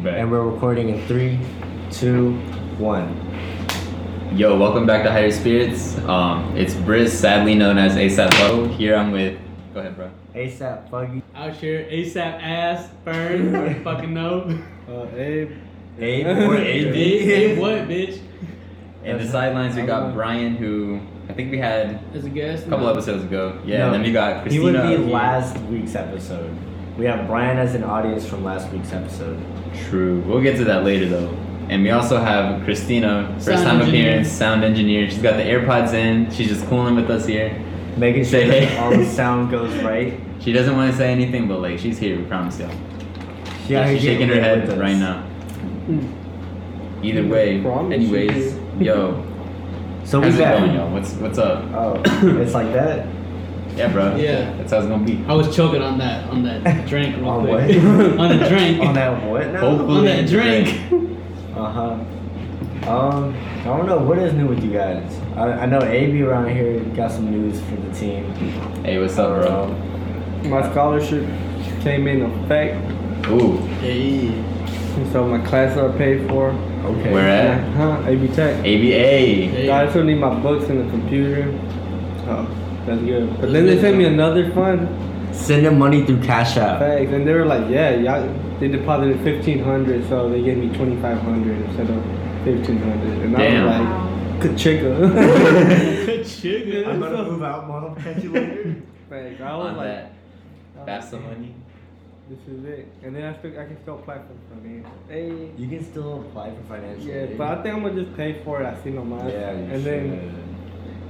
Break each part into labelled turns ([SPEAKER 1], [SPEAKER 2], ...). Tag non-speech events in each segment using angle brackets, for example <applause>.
[SPEAKER 1] Right.
[SPEAKER 2] And we're recording in three, two, one.
[SPEAKER 1] Yo, welcome back to Higher Spirits. Um, it's Briz, sadly known as ASAP Low. Here I'm with. Go ahead, bro.
[SPEAKER 2] ASAP, Foggy.
[SPEAKER 3] Out here, ASAP ass, burn, or fucking no.
[SPEAKER 4] Uh, Abe.
[SPEAKER 3] <laughs>
[SPEAKER 2] Abe
[SPEAKER 1] or
[SPEAKER 3] Hey, bitch, hey, what, bitch?
[SPEAKER 1] In the sidelines, we got Brian, who I think we had
[SPEAKER 3] As a guest?
[SPEAKER 1] a couple
[SPEAKER 3] no.
[SPEAKER 1] episodes ago. Yeah,
[SPEAKER 2] No.
[SPEAKER 1] and then we got
[SPEAKER 2] He
[SPEAKER 1] Christina.
[SPEAKER 2] would be
[SPEAKER 1] here.
[SPEAKER 2] last week's episode. We have Brian as an audience from last week's episode.
[SPEAKER 1] True. We'll get to that later, though. And we also have Christina, first
[SPEAKER 3] Sound
[SPEAKER 1] time
[SPEAKER 3] engineer.
[SPEAKER 1] appearance, sound engineer. She's got the AirPods in. She's just cooling with us here.
[SPEAKER 2] Making sure
[SPEAKER 1] Say hey.
[SPEAKER 2] that all the sound
[SPEAKER 1] <laughs>
[SPEAKER 2] goes right.
[SPEAKER 1] She doesn't want to say anything, but like she's here. We promise y'all.
[SPEAKER 2] Yeah,
[SPEAKER 1] she's shaking her head right now.
[SPEAKER 3] hmm.
[SPEAKER 1] Either way,
[SPEAKER 4] Promise
[SPEAKER 1] anyways,
[SPEAKER 4] you.
[SPEAKER 1] yo,
[SPEAKER 2] So we
[SPEAKER 1] how's it
[SPEAKER 2] back.
[SPEAKER 1] going, y'all? What's what's up?
[SPEAKER 2] Oh, it's like that.
[SPEAKER 1] Yeah, bro.
[SPEAKER 3] Yeah.
[SPEAKER 1] that's how it's gonna be.
[SPEAKER 3] I was choking on that, on that drink real
[SPEAKER 2] On
[SPEAKER 3] quick.
[SPEAKER 2] what?
[SPEAKER 3] <laughs> on the drink.
[SPEAKER 2] On that what now?
[SPEAKER 1] Hopefully.
[SPEAKER 3] On that drink.
[SPEAKER 2] Uh huh. Um, I don't know what is new with you guys. I, I know AB around here got some news for the team.
[SPEAKER 1] Hey, what's up, bro?
[SPEAKER 4] My scholarship came in effect,
[SPEAKER 1] Ooh,
[SPEAKER 3] <laughs> hey.
[SPEAKER 4] so my class I paid for.
[SPEAKER 2] Okay.
[SPEAKER 1] Where at?
[SPEAKER 4] Yeah, Huh? AB Tech.
[SPEAKER 1] ABA.
[SPEAKER 4] I still need my books and the computer. Oh, that's good. But
[SPEAKER 3] That's
[SPEAKER 4] then they
[SPEAKER 3] good,
[SPEAKER 4] sent me
[SPEAKER 3] though.
[SPEAKER 4] another fund.
[SPEAKER 2] Send them money through Cash App.
[SPEAKER 4] Thanks. And they were like, yeah, y'all, they deposited 1500 so they gave me 2500 instead of 1500 And
[SPEAKER 1] Damn.
[SPEAKER 4] I was like, Kachika.
[SPEAKER 3] Good <laughs> sugar.
[SPEAKER 4] I'm gonna move
[SPEAKER 2] out, mom. Catch
[SPEAKER 4] you later. Thanks. I was
[SPEAKER 1] On
[SPEAKER 4] like,
[SPEAKER 1] that FAFSA money.
[SPEAKER 4] this is it. And then I, still, I can still apply for finance. Hey.
[SPEAKER 2] <laughs> You can still apply for financial
[SPEAKER 4] Yeah,
[SPEAKER 2] aid.
[SPEAKER 4] but I think I'm gonna just pay for it. I see no mind.
[SPEAKER 2] yeah, you
[SPEAKER 4] and then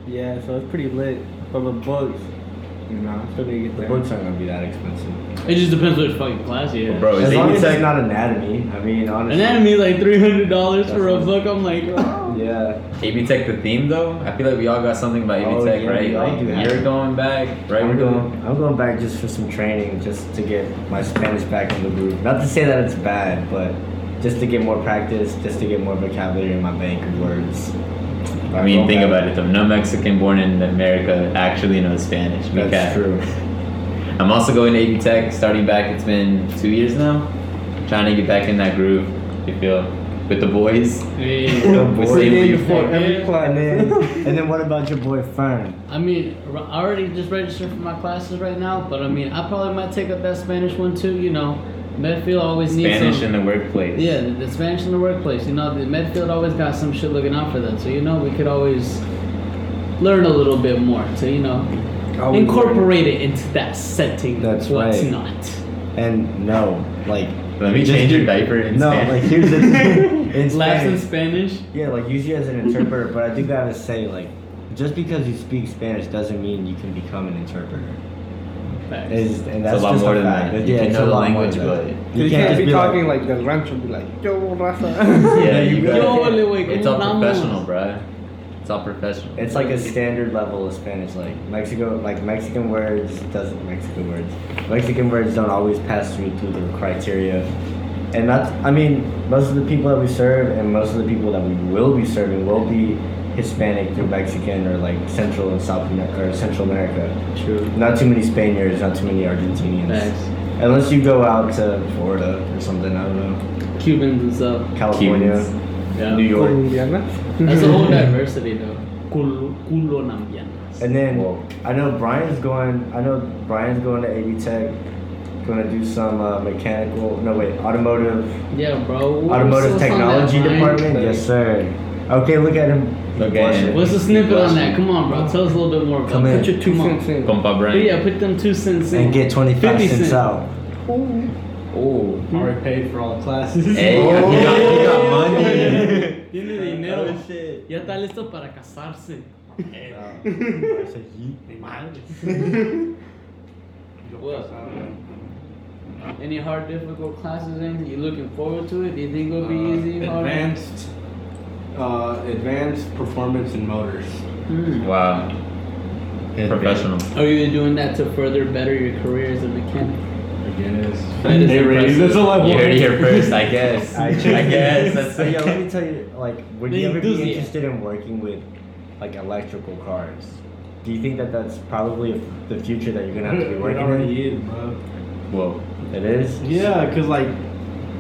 [SPEAKER 4] yeah, so it's pretty lit for the books. You know, I still need to get
[SPEAKER 2] the
[SPEAKER 4] that.
[SPEAKER 2] books aren't gonna be that expensive.
[SPEAKER 3] It just depends which fucking class you have.
[SPEAKER 1] Bro, is
[SPEAKER 2] as long
[SPEAKER 1] AB
[SPEAKER 2] as
[SPEAKER 1] Tech
[SPEAKER 2] it's not anatomy. I mean, honestly.
[SPEAKER 3] Anatomy, like $300 for a
[SPEAKER 2] That's-
[SPEAKER 3] book. I'm like,
[SPEAKER 2] <laughs>
[SPEAKER 3] oh.
[SPEAKER 2] Yeah.
[SPEAKER 1] AB Tech the theme though? I feel like we all got something about AB
[SPEAKER 2] Oh,
[SPEAKER 1] Tech,
[SPEAKER 2] yeah,
[SPEAKER 1] right?
[SPEAKER 2] we all
[SPEAKER 1] Like,
[SPEAKER 2] do have
[SPEAKER 1] you're
[SPEAKER 2] it.
[SPEAKER 1] going back, right?
[SPEAKER 2] I'm
[SPEAKER 1] We're
[SPEAKER 2] going.
[SPEAKER 1] doing.
[SPEAKER 2] I'm going back just for some training, just to get my Spanish back in the groove. Not to say that it's bad, but just to get more practice, just to get more vocabulary in my bank of words.
[SPEAKER 1] I mean, think about it though. No Mexican born in America actually knows Spanish. We
[SPEAKER 2] That's
[SPEAKER 1] can't.
[SPEAKER 2] true.
[SPEAKER 1] <laughs> I'm also going to AB Tech, starting back. It's been two years now. Trying to get back in that groove. You feel with the boys.
[SPEAKER 3] Hey.
[SPEAKER 2] The boy-
[SPEAKER 1] We
[SPEAKER 4] Put it
[SPEAKER 1] say
[SPEAKER 4] in
[SPEAKER 1] we-
[SPEAKER 4] before every
[SPEAKER 3] Yeah.
[SPEAKER 4] class.
[SPEAKER 2] And then,
[SPEAKER 1] <laughs>
[SPEAKER 2] and then what about your boy Fern?
[SPEAKER 3] I mean, r- I already just registered for my classes right now, but I mean, I probably might take up that Spanish one too. You know, Medfield always needs
[SPEAKER 1] Spanish
[SPEAKER 3] some-
[SPEAKER 1] in the workplace.
[SPEAKER 3] Yeah, the, the Spanish in the workplace. You know, the Medfield always got some shit looking out for them. So you know, we could always learn a little bit more to you know
[SPEAKER 4] Always
[SPEAKER 3] incorporate it into that setting.
[SPEAKER 2] Oh, That's
[SPEAKER 3] what's
[SPEAKER 2] right.
[SPEAKER 3] not.
[SPEAKER 2] And no, like
[SPEAKER 1] Let me
[SPEAKER 2] just-
[SPEAKER 1] change your diaper in
[SPEAKER 2] No,
[SPEAKER 1] Spanish.
[SPEAKER 2] like here's
[SPEAKER 1] <laughs>
[SPEAKER 2] the thing. In
[SPEAKER 3] Laughs in
[SPEAKER 2] Spanish-
[SPEAKER 3] Spanish.
[SPEAKER 2] Yeah, like use you as an interpreter, but I do gotta say, like, just because you speak Spanish doesn't mean you can become an interpreter.
[SPEAKER 3] Facts.
[SPEAKER 2] Is and that's
[SPEAKER 1] it's a lot
[SPEAKER 2] just
[SPEAKER 1] more
[SPEAKER 2] a
[SPEAKER 1] than
[SPEAKER 2] fact. yeah,
[SPEAKER 1] that. You can
[SPEAKER 2] it's
[SPEAKER 1] know
[SPEAKER 2] a
[SPEAKER 1] the
[SPEAKER 2] lot more
[SPEAKER 1] language,
[SPEAKER 2] than that.
[SPEAKER 1] but
[SPEAKER 4] You, can't,
[SPEAKER 2] just
[SPEAKER 4] be, talking
[SPEAKER 2] like,
[SPEAKER 4] like, the rancho be like, yo, Rafa.
[SPEAKER 1] <laughs> yeah,
[SPEAKER 2] you
[SPEAKER 1] you
[SPEAKER 2] gotta-
[SPEAKER 1] got.
[SPEAKER 3] Yo, vale, wey,
[SPEAKER 1] It's
[SPEAKER 3] ¿cómo
[SPEAKER 1] all
[SPEAKER 3] vamos?
[SPEAKER 1] professional, bruh. It's all professional.
[SPEAKER 2] It's like a standard level of Spanish. Like Mexico, like Mexican words doesn't Mexican words. Mexican words don't always pass through through the criteria, and that's. I mean, most of the people that we serve and most of the people that we will be serving will be Hispanic through Mexican or like Central and South America or Central America.
[SPEAKER 4] True.
[SPEAKER 2] Not too many Spaniards, not too many Argentinians.
[SPEAKER 3] Facts.
[SPEAKER 2] Unless you go out to Florida or something, I don't know.
[SPEAKER 3] Cubans and stuff.
[SPEAKER 2] California,
[SPEAKER 1] Cubans.
[SPEAKER 3] Yeah.
[SPEAKER 2] New York.
[SPEAKER 3] That's
[SPEAKER 4] <laughs>
[SPEAKER 3] a whole diversity though. Culo, culo nambianas.
[SPEAKER 2] And then
[SPEAKER 1] Whoa.
[SPEAKER 2] I know Brian's going. I know Brian's going to AB Tech, going to do some uh, mechanical. No wait, automotive,
[SPEAKER 3] Yeah, bro. What's-
[SPEAKER 2] automotive
[SPEAKER 3] what's on
[SPEAKER 2] technology
[SPEAKER 3] that line?
[SPEAKER 2] department. Yes, sir. Okay, look at him. He's
[SPEAKER 1] Look at him.
[SPEAKER 3] What's the snippet on that? Come on, bro. Tell us a little bit more. Bro.
[SPEAKER 2] Come
[SPEAKER 3] put
[SPEAKER 2] in.
[SPEAKER 3] your two
[SPEAKER 4] Two
[SPEAKER 3] cents
[SPEAKER 4] cents
[SPEAKER 3] in.
[SPEAKER 4] in.
[SPEAKER 1] Compa Brian.
[SPEAKER 3] Yeah, put them two cents in.
[SPEAKER 2] And get twenty five
[SPEAKER 3] 50
[SPEAKER 2] cents
[SPEAKER 3] cents.
[SPEAKER 2] out.
[SPEAKER 1] Oh.
[SPEAKER 4] Already paid for all the classes. <laughs>
[SPEAKER 1] Hey, you got, you got <laughs> money.
[SPEAKER 3] Tiene dinero.
[SPEAKER 4] Oh, shit.
[SPEAKER 3] Ya está listo para casarse. Eh, What? Any hard, difficult classes? Anything you looking forward to it? Do you think it'll be easy? hard?
[SPEAKER 5] advanced, uh, advanced performance in motors.
[SPEAKER 3] Hmm.
[SPEAKER 1] Wow. Professional.
[SPEAKER 3] Are you doing that to further better your career as a mechanic?
[SPEAKER 5] Again, is
[SPEAKER 3] That is
[SPEAKER 5] they raise
[SPEAKER 3] impressive.
[SPEAKER 5] it's a level.
[SPEAKER 1] You heard <laughs> it here first, I guess. <laughs> I guess. That's
[SPEAKER 2] So yeah, let me tell you. Like, would you
[SPEAKER 3] The
[SPEAKER 2] ever be
[SPEAKER 3] enthusiast.
[SPEAKER 2] interested in working with, like, electrical cars? Do you think that that's probably the future that you're gonna
[SPEAKER 1] <laughs>
[SPEAKER 2] have to be
[SPEAKER 4] <laughs>
[SPEAKER 5] It
[SPEAKER 2] working in?
[SPEAKER 5] already is, bro.
[SPEAKER 1] Whoa.
[SPEAKER 2] It is.
[SPEAKER 5] Yeah, cause like,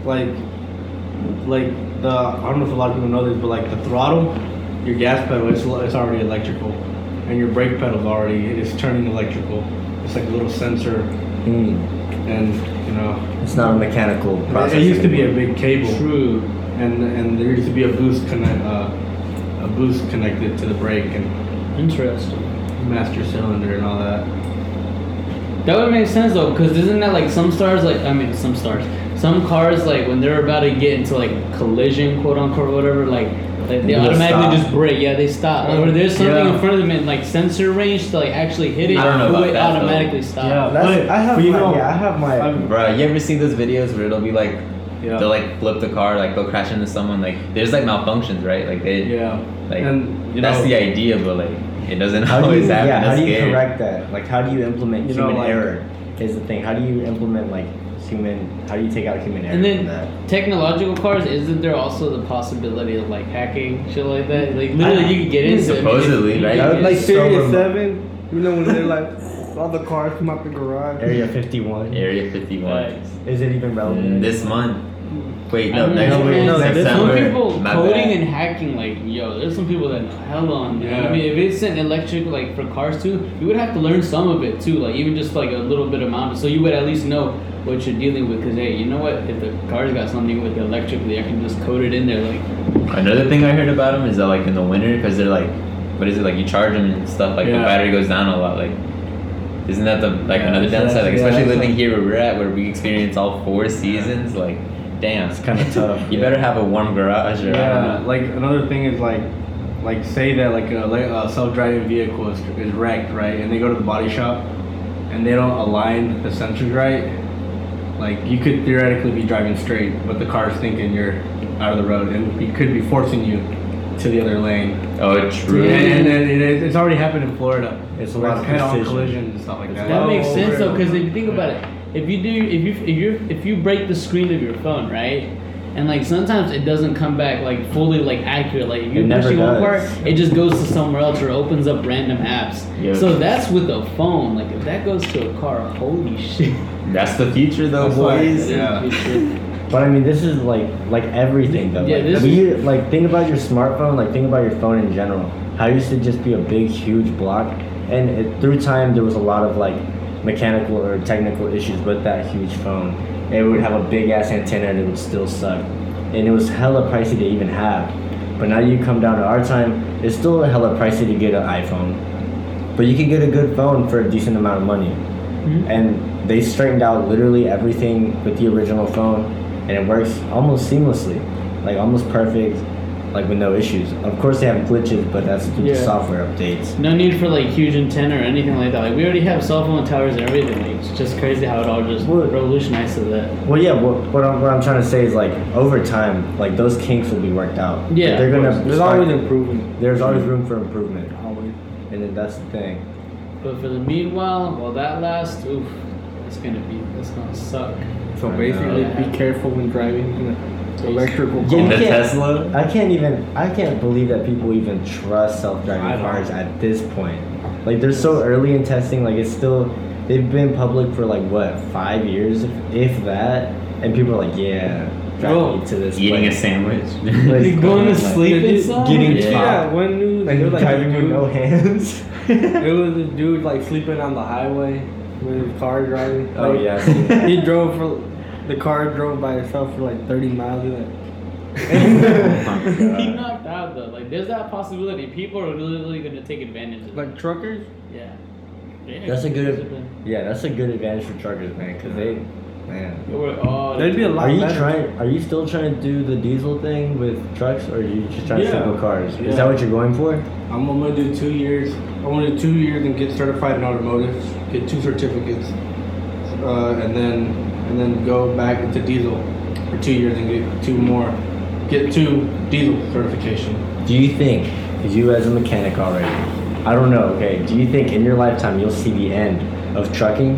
[SPEAKER 5] like
[SPEAKER 4] like the I don't know if a lot of people know this, but like the throttle, your gas pedal, it's it's already electrical, and your brake pedal's already it is turning electrical. It's like a little sensor,
[SPEAKER 2] Mm.
[SPEAKER 4] and you know,
[SPEAKER 2] It's not a mechanical
[SPEAKER 4] it,
[SPEAKER 2] process.
[SPEAKER 4] it used to be a
[SPEAKER 2] anymore.
[SPEAKER 4] big cable,
[SPEAKER 3] True.
[SPEAKER 4] and and there used to be a boost connect uh, a boost connected to the brake and
[SPEAKER 3] Interesting.
[SPEAKER 4] master cylinder and all that.
[SPEAKER 3] That would make sense though, because isn't that like some stars like I mean some stars, some cars like when they're about to get into like collision, quote unquote, whatever, like like
[SPEAKER 2] They
[SPEAKER 3] they
[SPEAKER 2] do a stop.
[SPEAKER 3] automatically just brake. Yeah, they stop. Like, or there's something
[SPEAKER 4] Yeah.
[SPEAKER 3] in front of them in like sensor range to like actually hit it.
[SPEAKER 1] I don't know
[SPEAKER 3] who
[SPEAKER 1] about that,
[SPEAKER 3] it
[SPEAKER 1] though.
[SPEAKER 3] automatically stop.
[SPEAKER 4] Yeah.
[SPEAKER 2] That's,
[SPEAKER 4] But-
[SPEAKER 2] I have
[SPEAKER 4] but
[SPEAKER 2] my,
[SPEAKER 4] you know-
[SPEAKER 2] yeah, I have my.
[SPEAKER 4] I'm-
[SPEAKER 1] Bro, you ever see those videos where it'll be like
[SPEAKER 4] Yeah.
[SPEAKER 1] they'll like flip the car, like they'll crash into someone, like there's like malfunctions, right? Like they
[SPEAKER 4] Yeah.
[SPEAKER 1] like
[SPEAKER 4] and you
[SPEAKER 1] that's
[SPEAKER 4] know,
[SPEAKER 1] the idea, but like it doesn't <laughs>
[SPEAKER 2] <laughs> how do
[SPEAKER 1] always
[SPEAKER 2] you,
[SPEAKER 1] happen.
[SPEAKER 2] yeah, how
[SPEAKER 1] that's
[SPEAKER 2] do you
[SPEAKER 1] scary.
[SPEAKER 2] correct that? Like, how do you implement
[SPEAKER 4] You know,
[SPEAKER 2] human
[SPEAKER 4] like-
[SPEAKER 2] error? Is the thing. How do you implement like human? How do you take out human error
[SPEAKER 3] And
[SPEAKER 2] from
[SPEAKER 3] then
[SPEAKER 2] that?
[SPEAKER 3] technological cars, isn't there also the possibility of like hacking shit like that? Like literally, you could get into it. I mean, it's-
[SPEAKER 1] Supposedly,
[SPEAKER 3] you
[SPEAKER 1] right?
[SPEAKER 3] could
[SPEAKER 2] That would
[SPEAKER 3] get-
[SPEAKER 2] make
[SPEAKER 6] Like
[SPEAKER 2] so
[SPEAKER 6] Series
[SPEAKER 2] remote.
[SPEAKER 6] Seven, you know when they're like <laughs> all the cars come out the garage.
[SPEAKER 2] Area 51.
[SPEAKER 1] Area 51.
[SPEAKER 3] Facts.
[SPEAKER 2] Is it even relevant?
[SPEAKER 1] Mm, This month. Wait,
[SPEAKER 3] I
[SPEAKER 1] no,
[SPEAKER 3] don't
[SPEAKER 1] next
[SPEAKER 3] know,
[SPEAKER 1] month.
[SPEAKER 3] man.
[SPEAKER 2] no, this
[SPEAKER 1] September.
[SPEAKER 3] some people
[SPEAKER 1] My
[SPEAKER 3] coding
[SPEAKER 1] bad.
[SPEAKER 3] and hacking, like yo, there's some people that know hell on. that.
[SPEAKER 4] Yeah.
[SPEAKER 3] I mean, if it's an electric, like for cars too, you would have to learn some of it too, like even just like a little bit amount, so you would at least know what you're dealing with. Cause hey, you know what? If the car's got something with electrically, I can just code it in there. Like
[SPEAKER 1] Another thing I heard about them is that like in the winter, because they're like, what is it like? You charge them and stuff. Like the
[SPEAKER 4] Yeah.
[SPEAKER 1] battery goes down a lot. Like, isn't that the like
[SPEAKER 4] Yeah,
[SPEAKER 1] another
[SPEAKER 4] so
[SPEAKER 1] downside? Like
[SPEAKER 4] that's- yeah,
[SPEAKER 1] especially
[SPEAKER 4] that's
[SPEAKER 1] living
[SPEAKER 4] a-
[SPEAKER 1] here where we're at, where we experience all four seasons. Like, damn, it's
[SPEAKER 2] kinda tough,
[SPEAKER 1] <laughs> you
[SPEAKER 2] yeah.
[SPEAKER 1] better have a warm garage. Or, I
[SPEAKER 4] Yeah,
[SPEAKER 1] don't know.
[SPEAKER 4] like another thing is like, like say that like a, like a self-driving vehicle is, is wrecked, right? And they go to the body shop, and they don't align the sensors right. Like you could theoretically be driving straight, but the car's thinking you're out of the road, and it could be forcing you to the other lane.
[SPEAKER 1] Oh,
[SPEAKER 4] And,
[SPEAKER 1] true.
[SPEAKER 4] and, and it, it's already happened in Florida.
[SPEAKER 2] It's a
[SPEAKER 4] where
[SPEAKER 2] lot of
[SPEAKER 4] head-on
[SPEAKER 2] precision.
[SPEAKER 4] collisions and stuff like that.
[SPEAKER 3] That makes
[SPEAKER 6] Oh,
[SPEAKER 3] sense though,
[SPEAKER 6] really?
[SPEAKER 3] because if you think about it, if you do, if you if you if you break the screen of your phone, right, and like sometimes it doesn't come back like fully like accurate. Like if
[SPEAKER 2] It
[SPEAKER 3] you
[SPEAKER 2] never
[SPEAKER 3] push it one part,
[SPEAKER 2] does.
[SPEAKER 3] it just goes to somewhere else or opens up random apps.
[SPEAKER 1] Yeah.
[SPEAKER 3] So that's with a phone. Like if that goes to a car, holy
[SPEAKER 2] <laughs>
[SPEAKER 3] shit.
[SPEAKER 1] That's the future, though,
[SPEAKER 4] That's why-
[SPEAKER 1] boys.
[SPEAKER 4] Yeah.
[SPEAKER 2] But I mean, this is like like everything though.
[SPEAKER 3] Yeah,
[SPEAKER 2] like,
[SPEAKER 3] this
[SPEAKER 2] we, like think about your smartphone. Like think about your phone in general. How it used to just be a big, huge block, and it, through time there was a lot of like mechanical or technical issues with that huge phone. It would have a big ass antenna, and it would still suck, and it was hella pricey to even have. But now you come down to our time, it's still hella pricey to get an iPhone, but you can get a good phone for a decent amount of money and they straightened out literally everything with the original phone and it works almost seamlessly like almost perfect like with no issues of course they have glitches but that's through the
[SPEAKER 3] Yeah.
[SPEAKER 2] software updates
[SPEAKER 3] No need for like huge antenna or anything like that. Like we already have cell phone towers and everything. Like, it's just crazy how it all just
[SPEAKER 2] Would-
[SPEAKER 3] revolutionized to that.
[SPEAKER 2] well yeah what, what, I'm, what i'm trying to say is like over time like those kinks will be worked out
[SPEAKER 3] Yeah,
[SPEAKER 2] they're
[SPEAKER 3] of
[SPEAKER 2] gonna
[SPEAKER 6] There's
[SPEAKER 2] start-
[SPEAKER 6] always improvement.
[SPEAKER 2] there's always room for improvement
[SPEAKER 6] Always.
[SPEAKER 2] and then that's the thing
[SPEAKER 3] But for the meanwhile, while that lasts, oof, it's gonna be, it's gonna suck.
[SPEAKER 6] So
[SPEAKER 2] I
[SPEAKER 6] basically,
[SPEAKER 3] know.
[SPEAKER 6] be careful when driving in an electrical car.
[SPEAKER 1] In the
[SPEAKER 2] Yeah.
[SPEAKER 1] Tesla.
[SPEAKER 2] i can't even i can't believe that people even trust
[SPEAKER 4] I
[SPEAKER 2] self-driving
[SPEAKER 4] don't.
[SPEAKER 2] cars at this point like they're so early in testing like it's still they've been public for like what five years if, if that and people are like yeah drive
[SPEAKER 6] Bro,
[SPEAKER 2] me to this
[SPEAKER 1] Eating a
[SPEAKER 2] place.
[SPEAKER 1] sandwich.
[SPEAKER 2] Like,
[SPEAKER 3] going to
[SPEAKER 2] like,
[SPEAKER 3] sleep
[SPEAKER 6] Did you-
[SPEAKER 3] inside?
[SPEAKER 2] Getting
[SPEAKER 6] Did you see
[SPEAKER 2] top.
[SPEAKER 6] that one news?
[SPEAKER 2] <laughs> and
[SPEAKER 6] It
[SPEAKER 2] you're
[SPEAKER 6] was like a
[SPEAKER 2] driving with
[SPEAKER 6] dude-
[SPEAKER 2] no hands <laughs>
[SPEAKER 6] It was a dude like sleeping on the highway with his car driving.
[SPEAKER 2] oh
[SPEAKER 6] Like,
[SPEAKER 2] yeah I've seen that.
[SPEAKER 6] <laughs> He drove for the car drove by itself for like 30 miles. He like,
[SPEAKER 2] <laughs>
[SPEAKER 1] Oh my
[SPEAKER 3] He
[SPEAKER 1] God.
[SPEAKER 3] knocked out though. Like, there's that possibility. People are literally gonna take advantage of
[SPEAKER 6] <laughs>
[SPEAKER 3] that.
[SPEAKER 6] like truckers.
[SPEAKER 3] Yeah. Yeah,
[SPEAKER 2] That's a good-
[SPEAKER 3] participant.
[SPEAKER 2] yeah that's a good advantage for truckers man because they man
[SPEAKER 3] They were- oh,
[SPEAKER 6] There'd be a lot.
[SPEAKER 2] are you
[SPEAKER 6] better.
[SPEAKER 2] trying? Are you still trying to do the diesel thing with trucks, or are you just trying to
[SPEAKER 4] Yeah.
[SPEAKER 2] stick with cars?
[SPEAKER 4] Yeah.
[SPEAKER 2] Is that what you're going for?
[SPEAKER 4] I'm gonna do two years. I'm gonna do two years and get certified in automotive, get two certificates, uh, and then and then go back into diesel for two years and get two more, get two diesel certification.
[SPEAKER 2] Do you think, because you as a mechanic already, I don't know, okay, do you think in your lifetime you'll see the end of trucking?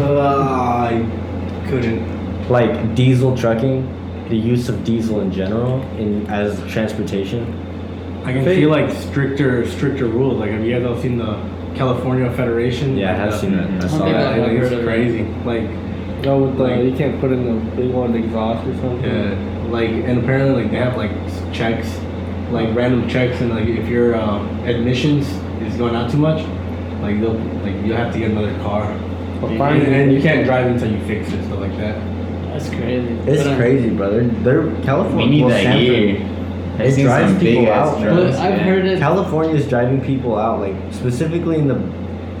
[SPEAKER 4] Uh, I couldn't.
[SPEAKER 2] Like diesel trucking, the use of diesel in general in as transportation?
[SPEAKER 4] I can feel like stricter stricter rules. Like have you guys all seen the California Federation?
[SPEAKER 2] Yeah, I have seen that. I
[SPEAKER 3] don't
[SPEAKER 2] saw
[SPEAKER 3] think
[SPEAKER 4] Yeah,
[SPEAKER 2] that.
[SPEAKER 3] I've
[SPEAKER 4] like,
[SPEAKER 3] heard
[SPEAKER 4] it's
[SPEAKER 3] of it.
[SPEAKER 4] crazy. Like
[SPEAKER 7] No, with the,
[SPEAKER 4] Like-
[SPEAKER 7] you can't put in the big one exhaust or something.
[SPEAKER 4] Yeah, like and apparently like they have like s- checks, like random checks, and like if your um, admissions is going out too much, like they'll like you have to get another car.
[SPEAKER 7] But
[SPEAKER 4] And-
[SPEAKER 7] finally-
[SPEAKER 4] and, and you can't drive until you fix it, stuff like that.
[SPEAKER 3] That's crazy.
[SPEAKER 2] It's
[SPEAKER 3] But, uh,
[SPEAKER 2] crazy, brother. They're
[SPEAKER 1] We
[SPEAKER 2] California.
[SPEAKER 1] need
[SPEAKER 2] well,
[SPEAKER 1] that
[SPEAKER 2] Sanford-
[SPEAKER 1] gear. I've
[SPEAKER 2] It
[SPEAKER 1] seen
[SPEAKER 2] drives
[SPEAKER 1] some
[SPEAKER 2] people
[SPEAKER 1] big-ass
[SPEAKER 2] out,
[SPEAKER 1] trucks,
[SPEAKER 3] But I've
[SPEAKER 1] man.
[SPEAKER 3] heard it.
[SPEAKER 2] California is driving people out, like specifically in the